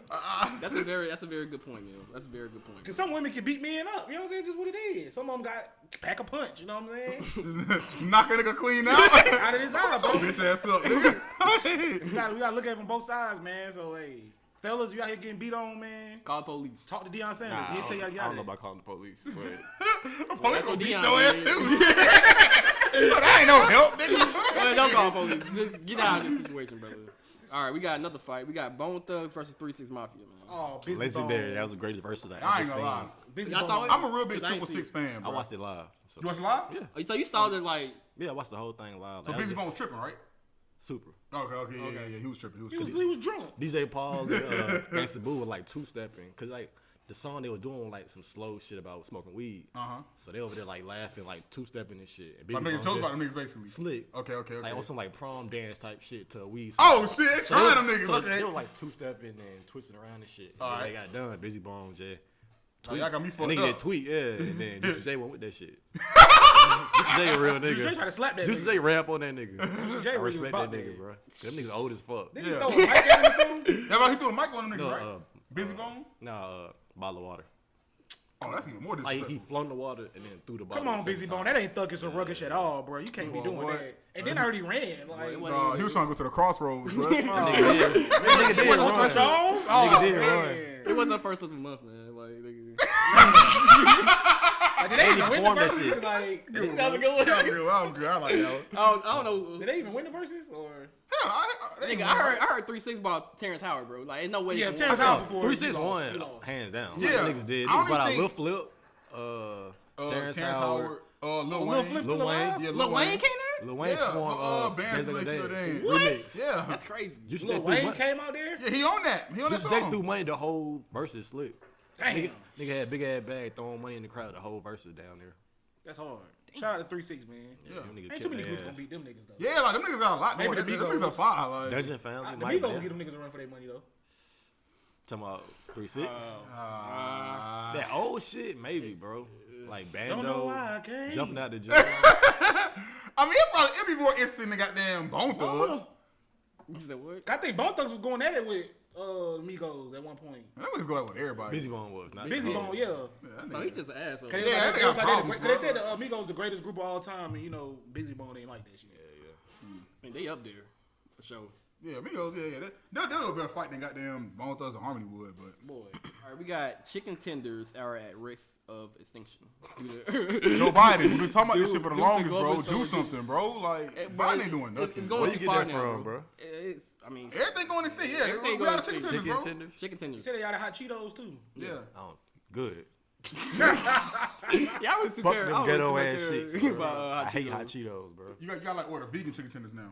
Speaker 2: That's a very, that's a very good point, Bill. That's a very good point.
Speaker 3: Cause some women can beat men up. You know what I'm saying? Just what it is. Some of them got pack a punch. You know what I'm saying?
Speaker 4: Just knock a nigga clean out.
Speaker 3: Out of his eye, bro.
Speaker 4: Shut your bitch ass up. nigga.
Speaker 3: We gotta, we gotta look at it from both sides, man. So hey, fellas, you out here getting beat on, man.
Speaker 2: Call police.
Speaker 3: Talk to Deion Sanders.
Speaker 5: Nah, I
Speaker 3: He'll tell
Speaker 5: don't,
Speaker 3: you
Speaker 5: I
Speaker 3: all you got
Speaker 5: don't know
Speaker 3: it.
Speaker 5: about calling the police. but-
Speaker 4: The
Speaker 2: what
Speaker 4: police gonna beat
Speaker 2: Deion
Speaker 4: your ass
Speaker 2: did.
Speaker 4: too. But I ain't no help, nigga.
Speaker 2: Man, don't call police. Just get out of this situation, brother. All right, we got another fight. We got Bone Thugs versus Three Six Mafia, man.
Speaker 3: Oh, busy
Speaker 5: Legendary.
Speaker 3: Bone.
Speaker 5: That was the greatest versus I
Speaker 4: I
Speaker 5: ever
Speaker 4: ain't
Speaker 5: seen.
Speaker 4: gonna lie.
Speaker 3: Busy
Speaker 2: Y'all
Speaker 3: Bone.
Speaker 2: saw it?
Speaker 4: I'm a real big
Speaker 2: Cause I ain't
Speaker 4: Triple Six fan,
Speaker 5: I
Speaker 4: bro.
Speaker 5: watched it live. So,
Speaker 4: You watch it live? Yeah.
Speaker 2: Oh, So you saw that like
Speaker 5: yeah, I watched the whole thing live.
Speaker 4: But
Speaker 5: That
Speaker 4: Busy
Speaker 5: was
Speaker 4: Bone was tripping, right?
Speaker 5: super.
Speaker 4: Okay, okay, yeah, yeah, yeah. He was tripping. He was
Speaker 3: He was,
Speaker 4: tripping.
Speaker 3: he was drunk.
Speaker 5: DJ Paul and uh, Gangsta Boo were like two stepping, cause like the song they was doing like some slow shit about smoking weed.
Speaker 4: Uh-huh.
Speaker 5: So they over there like laughing, like two stepping and shit. And
Speaker 4: I'm
Speaker 5: Busy
Speaker 4: making
Speaker 5: Bone
Speaker 4: jokes
Speaker 5: just
Speaker 4: about them niggas basically.
Speaker 5: Slick.
Speaker 4: Okay, okay, okay.
Speaker 5: Like on some like prom dance type shit to a weed. song.
Speaker 4: Oh shit, they
Speaker 5: So
Speaker 4: trying them
Speaker 5: they-
Speaker 4: niggas.
Speaker 5: so
Speaker 4: Okay.
Speaker 5: They were
Speaker 4: Like,
Speaker 5: like two stepping and twisting around and shit. And
Speaker 4: All
Speaker 5: then
Speaker 4: right.
Speaker 5: They got done. Busy Bone, Jay.
Speaker 4: Oh, y'all got me
Speaker 5: That
Speaker 4: fucked
Speaker 5: nigga
Speaker 4: up.
Speaker 5: did tweet, yeah. And then Juicy J went with that shit. Juicy J a real nigga.
Speaker 3: Juicy J tried to slap that
Speaker 5: Juicy
Speaker 3: nigga.
Speaker 5: J rap on that nigga.
Speaker 3: Juicy J
Speaker 5: I
Speaker 3: really was
Speaker 5: respect
Speaker 3: about
Speaker 5: that
Speaker 3: that.
Speaker 5: nigga, bro. Them niggas old as fuck.
Speaker 3: Did he
Speaker 4: Yeah.
Speaker 3: throw a mic at him or something?
Speaker 4: That's why he threw the mic on them niggas,
Speaker 5: No,
Speaker 4: right?
Speaker 5: uh,
Speaker 4: Busy Bone.
Speaker 5: Nah, uh, bottle of water.
Speaker 4: Oh, that's even more
Speaker 5: Like he
Speaker 4: disrespectful.
Speaker 5: flung the water and then threw the bottle.
Speaker 3: Come on,
Speaker 5: at the same
Speaker 3: Busy
Speaker 5: time.
Speaker 3: Bone. That ain't thuggish or ruggish at all, bro. You can't be
Speaker 4: Well,
Speaker 3: doing
Speaker 4: what?
Speaker 3: that. And then I already ran. Like,
Speaker 2: it
Speaker 3: what?
Speaker 2: wasn't
Speaker 4: Nah, Uh, he was trying to go to the crossroads, bro. That's fine.
Speaker 5: Nigga did- nigga did run.
Speaker 3: Charles?
Speaker 5: Nigga
Speaker 3: Oh,
Speaker 5: did
Speaker 3: man.
Speaker 5: run.
Speaker 2: it wasn't our first of the month, man. Like nigga.
Speaker 3: Like, did they even win the
Speaker 5: Form that
Speaker 3: verses?
Speaker 5: shit.
Speaker 3: Like, did
Speaker 2: that was a good
Speaker 4: That
Speaker 2: one.
Speaker 4: was good. That was good. I like that one.
Speaker 2: I don't, I don't know.
Speaker 3: they even win the verses? Or
Speaker 4: Hell, I, I, they
Speaker 2: Nigga, I
Speaker 4: won,
Speaker 2: heard
Speaker 4: right?
Speaker 2: I heard three six about Terrence Howard, bro. Like, there's no way.
Speaker 3: Yeah,
Speaker 2: he can
Speaker 3: Terrence
Speaker 2: win.
Speaker 3: Howard before
Speaker 5: Three
Speaker 3: he
Speaker 5: six
Speaker 3: lost. He
Speaker 5: one,
Speaker 3: lost.
Speaker 5: hands down.
Speaker 4: Yeah.
Speaker 5: Yeah, niggas did.
Speaker 4: I don't
Speaker 5: Niggas brought out
Speaker 4: even
Speaker 5: Lil Flip, uh,
Speaker 4: Uh,
Speaker 5: Terrence Howard,
Speaker 4: uh, Lil,
Speaker 3: Lil
Speaker 4: Wayne.
Speaker 3: Flip
Speaker 5: Lil
Speaker 3: still
Speaker 5: Wayne.
Speaker 3: alive?
Speaker 4: Yeah, Lil,
Speaker 2: Lil Wayne
Speaker 4: Wayne.
Speaker 2: came
Speaker 5: Lil Wayne
Speaker 4: Yeah,
Speaker 5: performed
Speaker 4: uh,
Speaker 5: uh,
Speaker 4: bands
Speaker 5: Bands Like a
Speaker 4: Like Your
Speaker 5: Dance.
Speaker 4: Dance.
Speaker 5: Remix.
Speaker 4: Yeah.
Speaker 2: That's crazy.
Speaker 5: Just
Speaker 3: Lil
Speaker 5: Jake threw
Speaker 3: Wayne
Speaker 5: money-
Speaker 3: came out there.
Speaker 4: Yeah, he on that. He on that
Speaker 5: Just Jake threw
Speaker 4: song.
Speaker 5: money the whole verses slick.
Speaker 3: Damn,
Speaker 5: Nigga, nigga had big ass bag throwing money in the crowd the whole verses down there.
Speaker 3: that's hard. Shout out to Three Six man.
Speaker 4: Yeah.
Speaker 5: Them niggas
Speaker 3: Ain't too
Speaker 5: kicked
Speaker 3: many
Speaker 5: their
Speaker 3: groups
Speaker 5: ass.
Speaker 3: gonna beat them niggas though.
Speaker 4: Yeah, like them niggas got a lot
Speaker 3: Maybe
Speaker 4: going. Them
Speaker 3: the
Speaker 4: niggas
Speaker 3: Migos.
Speaker 4: are fire. Like,
Speaker 5: Dungeon Family,
Speaker 3: The
Speaker 5: Mike.
Speaker 3: Migos
Speaker 5: Mike
Speaker 3: give them niggas a run for their money though.
Speaker 5: Talking about three six.
Speaker 3: Uh,
Speaker 4: uh,
Speaker 5: that old shit, maybe, bro. Like
Speaker 3: Don't know why
Speaker 5: banjo,
Speaker 3: I came.
Speaker 5: jumping out the jail.
Speaker 4: I mean, it probably it'd be more interesting than goddamn Bone Thugs.
Speaker 2: You said what?
Speaker 3: I think Bone Thugs was going at it with uh, Migos at one point.
Speaker 4: Them niggas go out with everybody.
Speaker 5: Busy Bone was not
Speaker 3: Busy
Speaker 5: Bone.
Speaker 3: Bone, yeah.
Speaker 4: Yeah, that
Speaker 2: So
Speaker 4: nigga-
Speaker 2: he just an asshole.
Speaker 3: Cause
Speaker 4: Yeah,
Speaker 3: yeah, like,
Speaker 4: that nigga
Speaker 3: it was like they, the
Speaker 4: problems,
Speaker 3: great- 'cause they said
Speaker 4: bro.
Speaker 3: the uh, Migos the greatest group of all time, and you know, Busy Bone ain't like that shit.
Speaker 2: I mean, they up there for sure.
Speaker 4: Yeah, Migos, yeah, yeah. They, they'll, they'll do a better fight than goddamn Bone Thugs and Harmony would, but.
Speaker 3: Boy,
Speaker 2: All right, we got chicken tenders are at risk of extinction.
Speaker 4: Joe Biden, we've been talking about this
Speaker 2: Dude,
Speaker 4: shit for the
Speaker 2: dude,
Speaker 4: longest,
Speaker 2: go
Speaker 4: bro.
Speaker 2: with someone
Speaker 4: Do
Speaker 2: who-
Speaker 4: something, bro. Like,
Speaker 2: It- but
Speaker 4: Biden
Speaker 2: it-
Speaker 4: ain't doing
Speaker 2: it-
Speaker 4: nothing.
Speaker 2: It's
Speaker 4: bro.
Speaker 2: going
Speaker 5: Where
Speaker 2: too
Speaker 5: you get
Speaker 2: far
Speaker 5: that
Speaker 2: now,
Speaker 5: from,
Speaker 2: bro.
Speaker 5: bro?
Speaker 2: It- It's, I mean,
Speaker 4: Everything going to stay, yeah.
Speaker 2: Everything
Speaker 4: We
Speaker 2: going
Speaker 4: out of
Speaker 2: to
Speaker 4: chicken
Speaker 2: stay.
Speaker 4: tenders,
Speaker 5: Chicken
Speaker 4: bro.
Speaker 5: tenders.
Speaker 2: chicken tenders.
Speaker 3: said they out of hot Cheetos too.
Speaker 4: Yeah.
Speaker 5: Oh, good.
Speaker 2: Yeah, I was too
Speaker 5: Fuck
Speaker 2: terrible.
Speaker 5: them ghetto
Speaker 2: I was
Speaker 5: ass
Speaker 2: too much,
Speaker 5: shits.
Speaker 2: uh,
Speaker 5: Bro.
Speaker 2: about, uh,
Speaker 5: I hate
Speaker 2: Cheetos.
Speaker 5: hot Cheetos, bro.
Speaker 4: You got, you got like order vegan chicken tenders now.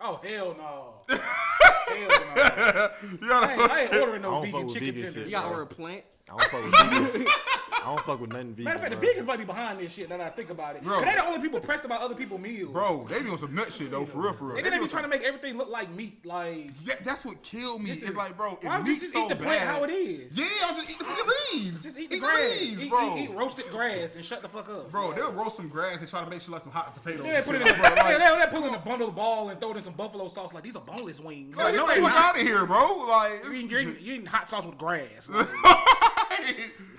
Speaker 3: Oh hell no, hell no.
Speaker 4: You
Speaker 3: I ain't, I
Speaker 4: gotta,
Speaker 3: ain't ordering
Speaker 5: I
Speaker 3: no
Speaker 5: don't
Speaker 3: vegan
Speaker 5: fuck with
Speaker 3: chicken
Speaker 5: vegan
Speaker 3: tenders.
Speaker 2: You
Speaker 5: shit.
Speaker 2: got
Speaker 5: bro.
Speaker 2: order a plant.
Speaker 5: I don't fuck with vegan. I don't fuck with nothing vegan.
Speaker 3: Matter of fact, the
Speaker 5: bro.
Speaker 3: vegans might be behind this shit. Now that I think about it,
Speaker 4: Bro.
Speaker 3: Cause they the only people pressed about other people's meals.
Speaker 4: bro, they be on some nut shit, though, for real, for real.
Speaker 3: and then they be
Speaker 4: be on
Speaker 3: trying to
Speaker 4: some-
Speaker 3: make everything look like meat. Like
Speaker 4: That- that's what killed me.
Speaker 3: This
Speaker 4: It's
Speaker 3: is-
Speaker 4: like, bro,
Speaker 3: why
Speaker 4: if
Speaker 3: don't you
Speaker 4: meat
Speaker 3: just
Speaker 4: so
Speaker 3: eat the
Speaker 4: bad,
Speaker 3: plant how it is?
Speaker 4: Yeah, I'll just eat the fucking leaves.
Speaker 3: just eat the grass,
Speaker 4: leaves,
Speaker 3: eat,
Speaker 4: bro.
Speaker 3: eat, eat roasted grass, and shut the fuck up.
Speaker 4: Bro, they'll roast some grass and try to make shit like some hot potatoes.
Speaker 3: Then they put it in,
Speaker 4: bro. Like,
Speaker 3: yeah, they, they put it in a bundle of ball and throw it in some buffalo sauce. Like these are boneless wings.
Speaker 4: bro,
Speaker 3: Like,
Speaker 4: get
Speaker 3: no,
Speaker 4: the
Speaker 3: they
Speaker 4: fuck
Speaker 3: not.
Speaker 4: out of here, bro. Like,
Speaker 3: You eating, you eating, you eating hot sauce with grass. Like,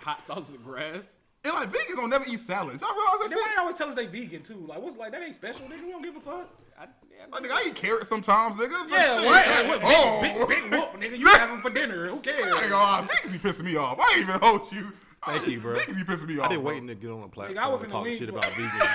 Speaker 2: Hot sauce with grass.
Speaker 4: and like vegans don't never eat salads. I realize
Speaker 3: then why
Speaker 4: that
Speaker 3: they always tell us they vegan too? Like what's like that ain't special, nigga. We don't give a fuck.
Speaker 2: I, yeah,
Speaker 4: shit. Like, nigga, I eat carrots sometimes, nigga.
Speaker 3: Yeah,
Speaker 4: shit.
Speaker 3: what? Like, what big,
Speaker 4: oh,
Speaker 3: big, big whoop, nigga. You have them for dinner. Who
Speaker 4: Nigga,
Speaker 3: cares?
Speaker 4: oh, vegans be pissing me off. I ain't even hold you.
Speaker 5: Thank you, bro.
Speaker 4: Niggas be pissing me off.
Speaker 5: I've
Speaker 3: Oh,
Speaker 5: been
Speaker 4: bro.
Speaker 5: waiting to get on the platform
Speaker 3: was in
Speaker 5: and
Speaker 3: the
Speaker 5: talk
Speaker 3: league, Oh,
Speaker 5: shit
Speaker 3: bro.
Speaker 5: about vegans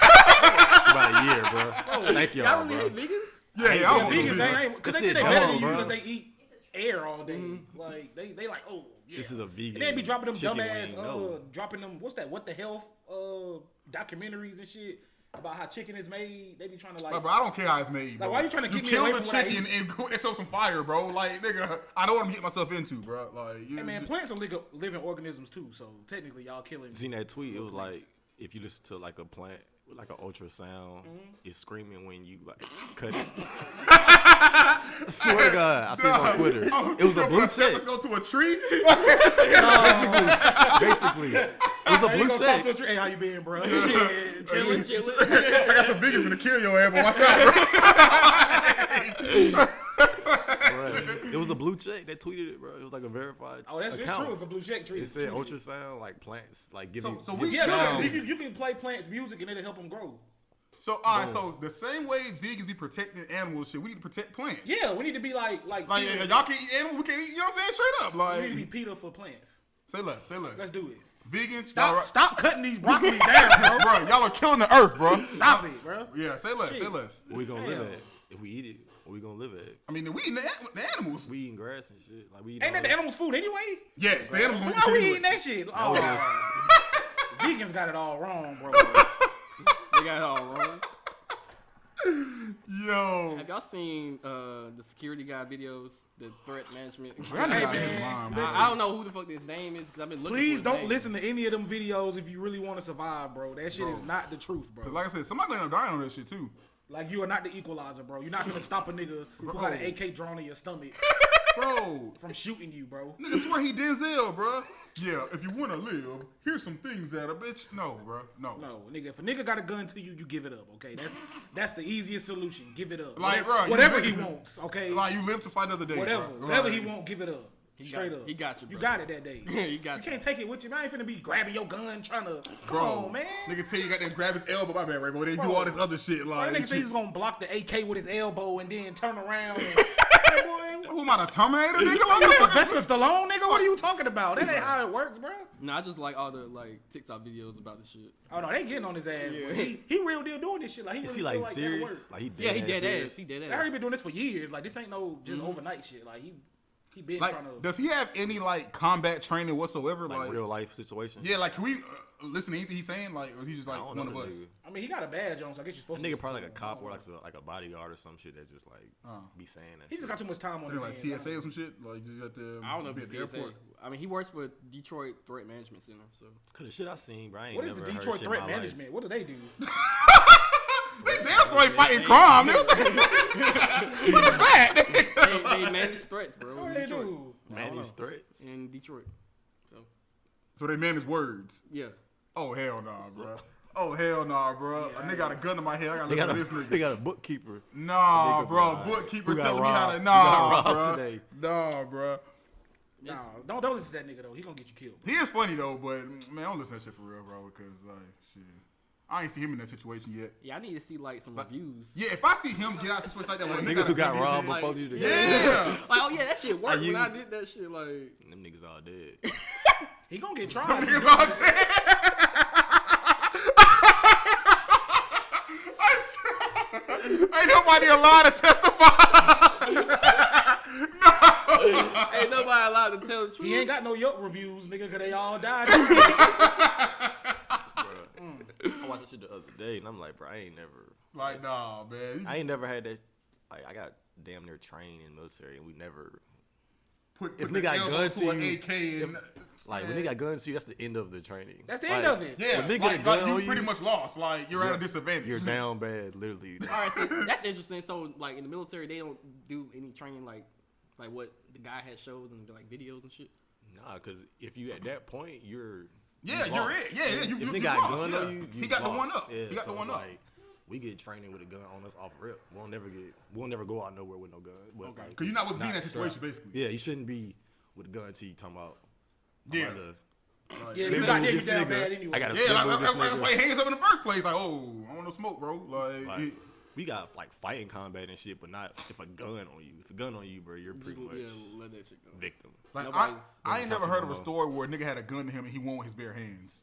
Speaker 5: for about a year, bro. Thank y'all,
Speaker 2: Y'all really
Speaker 5: bro.
Speaker 2: hate vegans?
Speaker 4: Yeah, yeah,
Speaker 5: I
Speaker 4: I
Speaker 3: Yeah,
Speaker 4: vegans
Speaker 5: want
Speaker 3: vegans
Speaker 5: to be-
Speaker 3: ain't because they
Speaker 5: This
Speaker 3: think they better
Speaker 5: shit dumb,
Speaker 3: than you
Speaker 5: bro.
Speaker 3: because they eat air all day.
Speaker 4: Mm-hmm.
Speaker 3: Like they they like oh yeah.
Speaker 5: This is a
Speaker 3: And
Speaker 5: vegan.
Speaker 3: they be dropping them
Speaker 5: chicken
Speaker 3: dumbass,
Speaker 5: wing,
Speaker 3: uh,
Speaker 5: no.
Speaker 3: dropping them, what's that, what the health uh, documentaries and shit about how chicken is made. They be trying to like,
Speaker 4: Like, bro, I don't care how it's made. Bro.
Speaker 3: why you tryna keep me
Speaker 4: kill
Speaker 3: away
Speaker 4: the
Speaker 3: from what I
Speaker 4: chicken and go, it's on some fire, bro? Like, nigga, I know what I'm getting myself into, bro. Like, you,
Speaker 3: hey man, plants are legal, living organisms too, so technically y'all killing.
Speaker 5: Seen that tweet? It was like if you listen to like a plant, with, like an ultrasound,
Speaker 3: Mm-hmm.
Speaker 5: it's screaming when you like cut it. I swear to God, I seen it on
Speaker 3: Oh,
Speaker 5: Twitter. It was a blue check.
Speaker 4: Let's go to a tree.
Speaker 5: Basically, it was a
Speaker 3: Hey, you
Speaker 5: blue
Speaker 3: gonna talk
Speaker 5: check.
Speaker 3: to a tree? Hey, how you been, bro? Shit, chilling.
Speaker 4: I got some biggest gonna kill your ass, but watch out. Bro.
Speaker 5: Bruh, It was a blue check that tweeted it, bro. It was like a verified.
Speaker 3: Oh, that's it's
Speaker 5: account.
Speaker 3: true. It's a blue check tree.
Speaker 5: It said
Speaker 3: Tweet it.
Speaker 5: ultrasound, like plants, like giving.
Speaker 4: So, so we
Speaker 3: Yeah, no, 'cause
Speaker 4: sounds-
Speaker 3: you, can- you can play plants music and it'll help them grow.
Speaker 4: So all right, so the same way vegans be protecting animal shit, we need to protect plants.
Speaker 3: Yeah, we need to be like, like,
Speaker 4: Like
Speaker 3: Peter.
Speaker 4: yeah, y'all can eat animal, we can eat. You know what I'm saying? Straight
Speaker 3: we
Speaker 4: up,
Speaker 3: need to be
Speaker 4: like
Speaker 3: Peter for plants.
Speaker 4: say less, say less.
Speaker 3: Let's do it.
Speaker 4: Vegans,
Speaker 3: Stop,
Speaker 4: y'all are-
Speaker 3: stop cutting these broccolis down, bro.
Speaker 4: bro. Y'all are killing the earth, bro.
Speaker 3: Stop it, bro.
Speaker 4: Yeah, say less, say
Speaker 3: Shit.
Speaker 4: less.
Speaker 5: Where we gonna live
Speaker 3: Damn.
Speaker 5: at? If we eat it, where we gonna live at?
Speaker 4: I mean, we eating the, an- the animals.
Speaker 5: We eating grass and shit. Like we eating
Speaker 3: Ain't that the
Speaker 5: all
Speaker 3: animals' food anyway?
Speaker 4: yes, the animals.
Speaker 3: So
Speaker 4: gonna
Speaker 3: why
Speaker 4: eat
Speaker 3: we
Speaker 4: shit
Speaker 3: eating
Speaker 4: anyway.
Speaker 3: that shit? Oh,
Speaker 5: That was
Speaker 3: vegans got it all wrong, bro.
Speaker 2: They got it all wrong.
Speaker 4: Yo.
Speaker 2: Have y'all seen uh, the security guy videos, the threat management?
Speaker 3: Hey,
Speaker 4: Out of his
Speaker 3: man,
Speaker 4: mind, bro.
Speaker 2: I, I don't know who the fuck this name is because I've been looking. for
Speaker 3: Please
Speaker 2: his
Speaker 3: don't
Speaker 2: name.
Speaker 3: listen to any of them videos if you really want to survive, bro. That shit is not the truth, bro. Like,
Speaker 4: Like I said, somebody gonna end up dying on this shit too.
Speaker 3: you are not the equalizer, bro. You're not gonna stop a nigga who got an AK drawn in your stomach
Speaker 4: Bro,
Speaker 3: from shooting you, bro.
Speaker 4: nigga swear he Denzel, bro. Yeah, if you wanna live, here's some things that a bitch. No, bro, no.
Speaker 3: No, nigga. If a nigga got a gun to you, you give it up, okay? That's that's the easiest solution. Give it up.
Speaker 4: Like,
Speaker 3: Whatever-
Speaker 4: bro, you
Speaker 3: whatever he
Speaker 4: live-
Speaker 3: wants, okay?
Speaker 4: Like you live to fight another day.
Speaker 3: whatever,
Speaker 4: bro.
Speaker 3: whatever
Speaker 4: Like,
Speaker 3: he wants, give it up.
Speaker 2: got-
Speaker 3: Straight up.
Speaker 2: he got you,
Speaker 3: You
Speaker 2: bro.
Speaker 3: got it that day.
Speaker 2: He got you.
Speaker 3: can't take it with you. Man, I ain't finna be grabbing your gun trying to. Come
Speaker 4: Bro,
Speaker 3: on, man.
Speaker 4: Nigga tell you got that grab his elbow, my bad, Rainbow. They do
Speaker 3: Bro.
Speaker 4: all this other shit like.
Speaker 3: That nigga said he was gonna block the AK with his elbow and then turn around. And, Hey, boy,
Speaker 4: Who am I, the Terminator, nigga?
Speaker 3: what- you
Speaker 4: Like,
Speaker 3: Sylvester Stallone, nigga? What are you talking about? That ain't how it works, bro.
Speaker 2: No, I just like all the like TikTok videos about the shit.
Speaker 3: Oh no, they getting on his ass.
Speaker 2: Yeah.
Speaker 3: bro. He, he real deal doing this shit. Like he really
Speaker 5: Is he
Speaker 3: feel
Speaker 5: like
Speaker 3: like
Speaker 5: serious?
Speaker 3: That work.
Speaker 5: Like he dead
Speaker 2: Yeah, he
Speaker 5: ass
Speaker 2: dead
Speaker 5: serious?
Speaker 2: ass. He dead
Speaker 3: I heard he
Speaker 2: ass.
Speaker 3: been doing this for years. Like this ain't no just overnight shit. Like he He been
Speaker 4: Like,
Speaker 3: trying to.
Speaker 4: does he have any like combat training whatsoever? Like,
Speaker 5: Like, real life situation.
Speaker 4: yeah, like can we uh, listen to anything he's saying? Like, or is he just
Speaker 5: I
Speaker 4: like
Speaker 5: don't
Speaker 4: one
Speaker 5: know
Speaker 4: of
Speaker 5: the
Speaker 4: us?
Speaker 5: nigga.
Speaker 3: I mean, he got a badge on, so I guess you're
Speaker 5: A
Speaker 3: supposed to.
Speaker 5: nigga
Speaker 3: listen
Speaker 5: probably
Speaker 3: to
Speaker 5: like a
Speaker 3: him.
Speaker 5: cop or like a, like a bodyguard or some shit that just like be saying that.
Speaker 3: He just
Speaker 5: shit.
Speaker 3: got too much time on
Speaker 4: There's
Speaker 3: his
Speaker 4: like
Speaker 3: hands.
Speaker 4: TSA or some shit. Like, you got the
Speaker 2: I don't know if
Speaker 4: be
Speaker 2: it's
Speaker 4: at the airport.
Speaker 2: TSA. I mean, he works for Detroit Threat Management Center, so
Speaker 5: Cause the shit I seen, bro. I ain't
Speaker 3: What is
Speaker 5: never
Speaker 3: the
Speaker 5: heard
Speaker 3: Detroit
Speaker 5: shit in
Speaker 3: Threat
Speaker 5: my life.
Speaker 3: Management? What do they do?
Speaker 4: They damn sure ain't fighting crime. nigga. What the fact?
Speaker 2: they, they manage threats, bro.
Speaker 3: What
Speaker 2: In
Speaker 3: do they
Speaker 2: Detroit.
Speaker 3: do?
Speaker 5: Man, these
Speaker 2: know.
Speaker 5: threats.
Speaker 2: In Detroit, so
Speaker 4: So they man his words.
Speaker 2: yeah.
Speaker 4: Oh hell nah, bro. Oh hell nah, bro. A nigga got a gun in my head. I gotta
Speaker 5: They
Speaker 4: listen to
Speaker 5: got a
Speaker 4: this nigga.
Speaker 5: they got a bookkeeper.
Speaker 4: Nah,
Speaker 5: Nigga
Speaker 4: bro.
Speaker 5: blind.
Speaker 4: Bookkeeper
Speaker 5: Who got
Speaker 4: telling me how to.
Speaker 5: robbed?
Speaker 4: Nah,
Speaker 5: Who got
Speaker 4: bro.
Speaker 5: robbed today?
Speaker 4: Nah, bro.
Speaker 3: Nah, don't don't listen to that nigga though. He gonna get you killed.
Speaker 4: He is funny though, but mm, man, I don't listen to that shit for real, bro. Because like, shit, I ain't see him in that situation yet.
Speaker 2: Yeah, I need to see like some reviews.
Speaker 4: Yeah, if I see him get out of situation like that, like,
Speaker 5: Niggas who got robbed
Speaker 4: like,
Speaker 5: before you today.
Speaker 4: yeah,
Speaker 2: Like, oh yeah, that shit worked when I
Speaker 5: used-
Speaker 2: did that shit. Like,
Speaker 5: Them niggas all dead.
Speaker 3: He gonna get tried.
Speaker 4: niggas all dead. Ain't nobody allowed to testify.
Speaker 2: ain't nobody allowed to tell the truth.
Speaker 3: he ain't got no Yelp reviews, nigga, cause they all died.
Speaker 5: Bruh. I watched that shit the other day, and I'm like, bro, I ain't never,
Speaker 4: Like, nah, man.
Speaker 5: I ain't never had that. Like, I got damn near trained in military, and we never,
Speaker 4: put,
Speaker 5: if
Speaker 4: put the
Speaker 5: nigga got
Speaker 4: elbow
Speaker 5: gun
Speaker 4: to
Speaker 5: to
Speaker 4: an
Speaker 5: you,
Speaker 4: AK and
Speaker 5: like, when they got guns to you, that's the end of the training.
Speaker 3: That's the end
Speaker 5: Like,
Speaker 3: of it.
Speaker 4: yeah,
Speaker 5: when they get
Speaker 4: like,
Speaker 5: a
Speaker 4: like,
Speaker 5: gun
Speaker 4: you
Speaker 5: on you,
Speaker 4: pretty much lost. Like you're at a
Speaker 5: you're-
Speaker 4: disadvantage.
Speaker 5: You're down bad, literally.
Speaker 2: All right, so that's interesting. So, like in the military, they don't do any training like, like what the guy had shows and like videos and shit.
Speaker 5: Nah, because if you at that point, you're
Speaker 4: Yeah,
Speaker 5: you
Speaker 4: you're
Speaker 5: lost.
Speaker 4: it. Yeah, yeah, you-
Speaker 5: if
Speaker 4: you-
Speaker 5: they
Speaker 4: you
Speaker 5: got
Speaker 4: lost,
Speaker 5: gun
Speaker 4: yeah.
Speaker 5: on you,
Speaker 4: He
Speaker 5: you
Speaker 4: got the
Speaker 5: lost.
Speaker 4: one up.
Speaker 5: Yeah,
Speaker 4: He got
Speaker 5: so
Speaker 4: the
Speaker 5: it's
Speaker 4: one up.
Speaker 5: Like, we get training with a gun on us off rip. We'll never get. We'll never go out nowhere with no gun. But
Speaker 4: Okay.
Speaker 5: like,
Speaker 4: 'Cause you're not supposed to be in that
Speaker 5: strapped.
Speaker 4: situation, basically.
Speaker 5: Yeah, you shouldn't be with a gun till you talking about. I'm
Speaker 4: Yeah.
Speaker 5: about to
Speaker 3: Yeah, you
Speaker 5: spin
Speaker 3: got
Speaker 5: with
Speaker 3: there, you
Speaker 5: this
Speaker 3: down
Speaker 5: nigga.
Speaker 3: bad anyway.
Speaker 5: I got to
Speaker 4: Yeah, like,
Speaker 5: with
Speaker 4: that's
Speaker 5: this
Speaker 4: why- that's
Speaker 5: nigga.
Speaker 4: why he hangs up in the first place. Like, oh, I want no smoke, bro. Like,
Speaker 5: Like,
Speaker 4: it-
Speaker 5: we got like fighting combat and shit, but not if a gun on you. If a gun on you, bro, you're pretty much
Speaker 2: yeah, let that shit go.
Speaker 5: victim.
Speaker 4: like I,
Speaker 2: nobody's-
Speaker 4: I ain't never heard of a
Speaker 5: Captain
Speaker 4: story where a nigga had a gun to him and he won with his bare hands.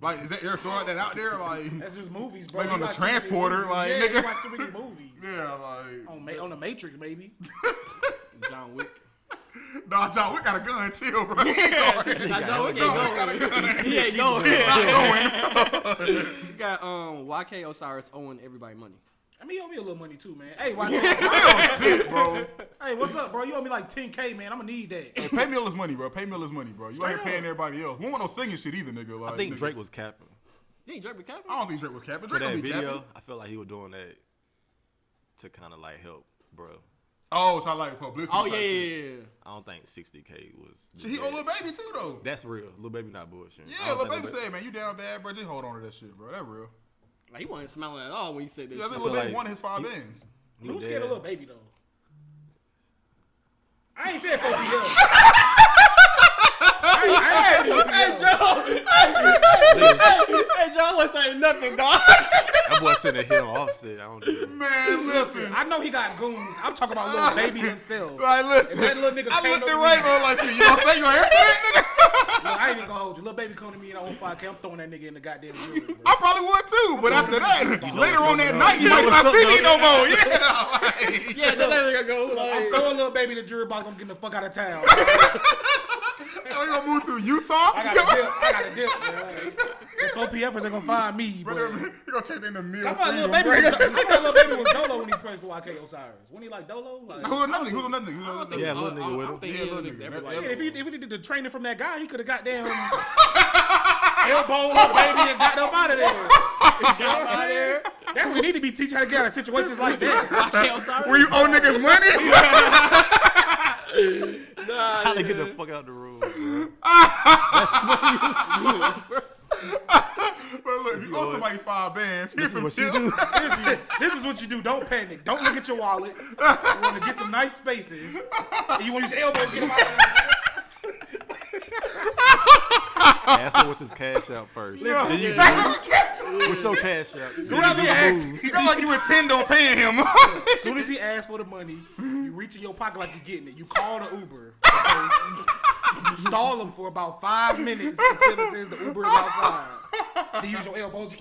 Speaker 4: like, is that there a story like that out there? Like,
Speaker 3: That's just movies, bro.
Speaker 4: Like
Speaker 3: You
Speaker 4: on the
Speaker 3: watch too many
Speaker 4: transporter,
Speaker 3: movies.
Speaker 4: like,
Speaker 3: yeah, you
Speaker 4: nigga.
Speaker 3: watch too many movies.
Speaker 4: yeah, like,
Speaker 5: Oh.
Speaker 3: On, Ma- on the Matrix, maybe.
Speaker 2: John Wick.
Speaker 4: nah, John, we got a gun. Chill, bro. Sorry.
Speaker 2: Nah, John Wick ain't going. He ain't going. You got um YK Osiris owing everybody money.
Speaker 3: I mean, you owe me a little money too, man. Hey, why hey,
Speaker 4: bro.
Speaker 3: what's up, bro? You owe me like 10k, man. I'm gonna need that.
Speaker 4: Hey, pay me all his money, bro. Pay me all his money, bro. You out here
Speaker 3: Straight
Speaker 4: paying
Speaker 3: up.
Speaker 4: everybody else. We don't want no singing shit either, nigga. Like,
Speaker 5: I think
Speaker 4: nigga.
Speaker 5: Drake was capping
Speaker 2: Yeah, Drake McCaffrey.
Speaker 4: I don't think Drake was capping.
Speaker 5: for
Speaker 4: Drake
Speaker 5: that
Speaker 4: don't be
Speaker 5: video.
Speaker 4: capping.
Speaker 5: I felt like he was doing that to kind of like help, bro.
Speaker 4: Oh, so I like publicity.
Speaker 2: Oh
Speaker 4: type
Speaker 2: yeah, yeah,
Speaker 4: shit.
Speaker 2: yeah. yeah.
Speaker 5: I don't think 60k was.
Speaker 4: Shit, He
Speaker 5: legit.
Speaker 4: owe little baby too, though.
Speaker 5: That's real. Little baby not bullshit. I
Speaker 4: Yeah,
Speaker 5: don't
Speaker 4: little baby
Speaker 5: think Lil Baby-
Speaker 4: said, man, you down bad, bro. Just hold on to that shit, bro. That real.
Speaker 2: Like he wasn't smiling at all when he said this.
Speaker 4: Yeah, I
Speaker 2: shit.
Speaker 4: think Lil
Speaker 5: like
Speaker 4: Baby won his five
Speaker 5: he-
Speaker 4: bands.
Speaker 5: he
Speaker 3: Who's
Speaker 5: was
Speaker 3: scared of
Speaker 5: dead.
Speaker 3: little baby though? I ain't said 4 I ain't, I ain't said 4
Speaker 2: Hey, John wasn't saying nothing, dog.
Speaker 5: That boy sitting here on offset. I don't know.
Speaker 4: Man, listen.
Speaker 3: Listen, I know he got goons. I'm talking about little baby himself. No,
Speaker 4: Uh, Right, listen.
Speaker 3: If that little nigga
Speaker 4: I
Speaker 3: came
Speaker 4: looked at
Speaker 3: over here-
Speaker 4: Rainbow like, shit, you gonna say you answer that nigga?
Speaker 3: I ain't even gonna hold you. Little baby come to me and I want 5k. I'm throwing that nigga in the goddamn jury.
Speaker 4: I probably would too, but after that, later on that night, you might
Speaker 5: what's
Speaker 4: not
Speaker 5: up,
Speaker 4: see me
Speaker 5: though.
Speaker 4: no more. Yeah, like,
Speaker 2: Yeah, that nigga go
Speaker 3: I'm
Speaker 2: like.
Speaker 3: throwing little baby in the jury box. I'm getting the fuck out of town.
Speaker 4: are you gonna move to Utah?
Speaker 3: I gotta dip. I gotta dip, bro. The 4 PFers ain't gonna find me,
Speaker 4: Brother,
Speaker 3: bro.
Speaker 4: You gonna check in the mill?
Speaker 3: I thought Lil
Speaker 4: freedom,
Speaker 3: Baby,
Speaker 4: bro.
Speaker 3: was, I thought Lil Baby was Dolo when he praised YK Osiris. When he like Dolo, like
Speaker 4: Who's another? nigga? Who's another? nigga? Who's another? nigga?
Speaker 5: Yeah, little
Speaker 2: I-
Speaker 5: nigga
Speaker 2: I-
Speaker 5: with
Speaker 2: I
Speaker 5: him.
Speaker 2: think
Speaker 4: Yeah,
Speaker 2: he
Speaker 4: little
Speaker 2: niggas
Speaker 4: nigga.
Speaker 2: ever
Speaker 4: That-
Speaker 2: like
Speaker 4: that-
Speaker 3: shit, if he if he did the training from that guy, he could have got down elbow Lil Baby and got up out of there. You know what I'm saying? That's what we need to be teaching how to get out of situations like that.
Speaker 2: YK Osiris.
Speaker 4: Where you owe niggas money?
Speaker 5: How to get the fuck out the room, bro.
Speaker 4: But look, if you owe somebody five bands, here's
Speaker 5: This is
Speaker 4: some
Speaker 5: what you
Speaker 4: chill.
Speaker 5: do.
Speaker 3: This is, this is what you do. Don't panic. Don't look at your wallet. You want to get some nice space in. And you want to use your elbow to get him out of there.
Speaker 5: Ask him what's his cash out first. Then you
Speaker 4: That's how you catch him.
Speaker 5: what's your cash out? Then
Speaker 4: Soon as
Speaker 5: you
Speaker 4: he
Speaker 5: do the
Speaker 4: asks,
Speaker 5: moves.
Speaker 4: you got like you intend on paying him.
Speaker 3: As soon as he asks for the money, you reach in your pocket like you're getting it. You call the Uber. okay? You stall him for about five minutes until it says the Uber is outside. Then you use your elbows.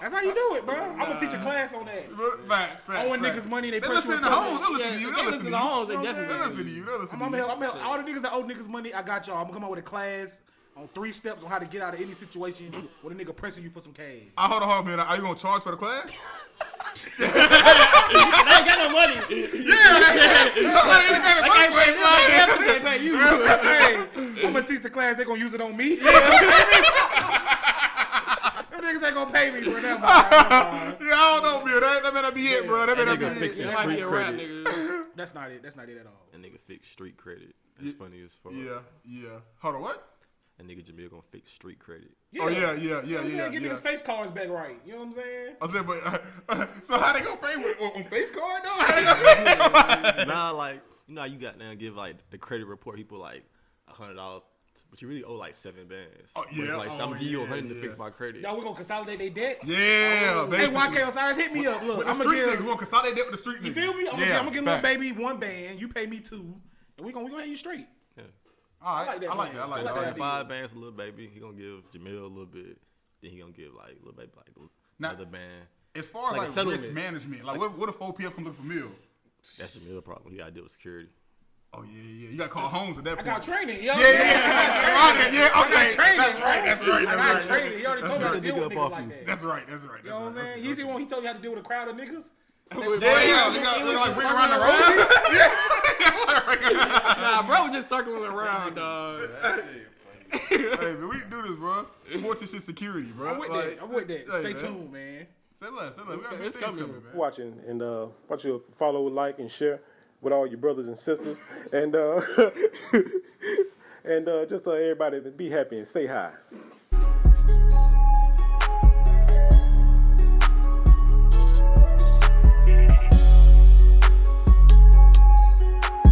Speaker 3: That's how you do it, bro. I'm gonna teach a class on that.
Speaker 4: Facts, facts.
Speaker 3: Owing
Speaker 4: facts.
Speaker 3: niggas money, they
Speaker 4: They
Speaker 3: press you
Speaker 4: listen
Speaker 3: with
Speaker 4: to
Speaker 3: money.
Speaker 4: hoes. They listen to you.
Speaker 2: if
Speaker 4: They
Speaker 2: they
Speaker 4: listen to
Speaker 2: listen
Speaker 4: you.
Speaker 2: to Holmes,
Speaker 3: You
Speaker 2: they
Speaker 3: know what I'm
Speaker 4: They
Speaker 2: definitely
Speaker 4: listen
Speaker 2: listen
Speaker 4: to you. They listen
Speaker 3: I'm
Speaker 4: to
Speaker 3: gonna help.
Speaker 4: you.
Speaker 3: I'm gonna help all the niggas that owe niggas money. I got y'all. I'm gonna come out with a class on three steps on how to get out of any situation with a nigga pressing you for some cash.
Speaker 4: I hold on, hold on, man. Are you gonna charge for the class?
Speaker 6: I ain't got no money.
Speaker 4: I
Speaker 2: They
Speaker 4: ain't paying
Speaker 2: definitely pay you.
Speaker 3: hey, I'm gonna teach the class. They gonna use it on me. Them niggas ain't gonna pay me for that. Nah, nah,
Speaker 4: Yeah, I don't know, Bill. That, that may not be it, bro. That may not
Speaker 5: That
Speaker 4: be
Speaker 5: nigga
Speaker 4: it.
Speaker 5: fixing
Speaker 2: That might be
Speaker 5: street
Speaker 2: a rap,
Speaker 5: credit.
Speaker 2: nigga.
Speaker 3: nah. That's not it. That's not it at all.
Speaker 5: That nigga fix street credit. That's funny as fuck.
Speaker 4: Yeah, yeah. Hold on, what?
Speaker 5: That nigga Jamil gonna fix street credit.
Speaker 4: Oh yeah, yeah,
Speaker 3: You know
Speaker 4: yeah,
Speaker 3: what I'm
Speaker 4: yeah,
Speaker 3: saying? Get
Speaker 4: yeah.
Speaker 3: niggas face cards back right. You know what I'm saying?
Speaker 4: I said, but uh, so how they gonna pay with on, on face card though? How they gonna pay?
Speaker 5: nah, like you know, how you got now give like the credit report people like a hundred dollars, but you really owe like seven bands.
Speaker 4: Oh,
Speaker 5: Where it's
Speaker 4: yeah.
Speaker 5: Like so
Speaker 4: Oh,
Speaker 5: I'm gonna give you a
Speaker 4: yeah,
Speaker 5: hundred to
Speaker 4: yeah.
Speaker 5: fix my credit.
Speaker 3: Y'all, we gonna consolidate their debt.
Speaker 4: Yeah,
Speaker 3: Hey,
Speaker 4: basically.
Speaker 3: YK Osiris, hit me up. Look,
Speaker 4: With the
Speaker 3: I'm
Speaker 4: street
Speaker 3: gonna
Speaker 4: niggas,
Speaker 3: give.
Speaker 4: we gonna consolidate that with the street niggas.
Speaker 3: You feel me? I'm gonna,
Speaker 4: yeah,
Speaker 3: I'm gonna give little
Speaker 4: facts.
Speaker 3: baby one band. You pay me two, and we gonna we gonna have you straight.
Speaker 5: Yeah.
Speaker 4: All right,
Speaker 3: I like that
Speaker 4: I like
Speaker 3: plan.
Speaker 4: that. I like
Speaker 3: I like
Speaker 4: that. I like
Speaker 3: that.
Speaker 4: that.
Speaker 5: Five bands to Lil Baby. He gonna give Jamil a little bit. Then he gonna give like Lil Baby like
Speaker 4: Now-
Speaker 5: another band.
Speaker 4: As far
Speaker 5: Like a
Speaker 4: as like, risk
Speaker 5: settlement.
Speaker 4: management, like, what, what if OPF comes up for meal?
Speaker 5: That's Jamil's problem. He gotta deal with security.
Speaker 4: Oh yeah, yeah. You gotta call homes at that
Speaker 3: I
Speaker 4: point.
Speaker 3: got training, yo.
Speaker 4: Yeah, yeah, yeah. yeah okay,
Speaker 3: training,
Speaker 4: that's right.
Speaker 3: bro.
Speaker 4: That's right.
Speaker 3: I got
Speaker 4: That's right.
Speaker 3: traded. He already told me how to
Speaker 5: right.
Speaker 3: deal with
Speaker 5: Nigga up
Speaker 3: niggas
Speaker 5: off you.
Speaker 3: like that.
Speaker 4: That's right. That's right.
Speaker 3: You know what I'm saying?
Speaker 4: Yeah,
Speaker 3: He's the one he told you how to deal with a crowd of niggas.
Speaker 4: yeah. You got you like bring around the road.
Speaker 2: Nah, bro, was just circling around, dog.
Speaker 4: Hey, man, we can do this, bro. Sports is just security, bro.
Speaker 3: I'm with
Speaker 4: Like,
Speaker 3: that. I'm with that.
Speaker 4: hey,
Speaker 3: Stay
Speaker 4: man.
Speaker 3: tuned, man.
Speaker 4: Say less. Say less. We got big
Speaker 2: it's
Speaker 4: things
Speaker 2: coming.
Speaker 4: coming, man.
Speaker 1: watching and uh, want you to follow, like, and share with all your brothers and sisters, and uh, and uh, just so everybody be happy and stay high.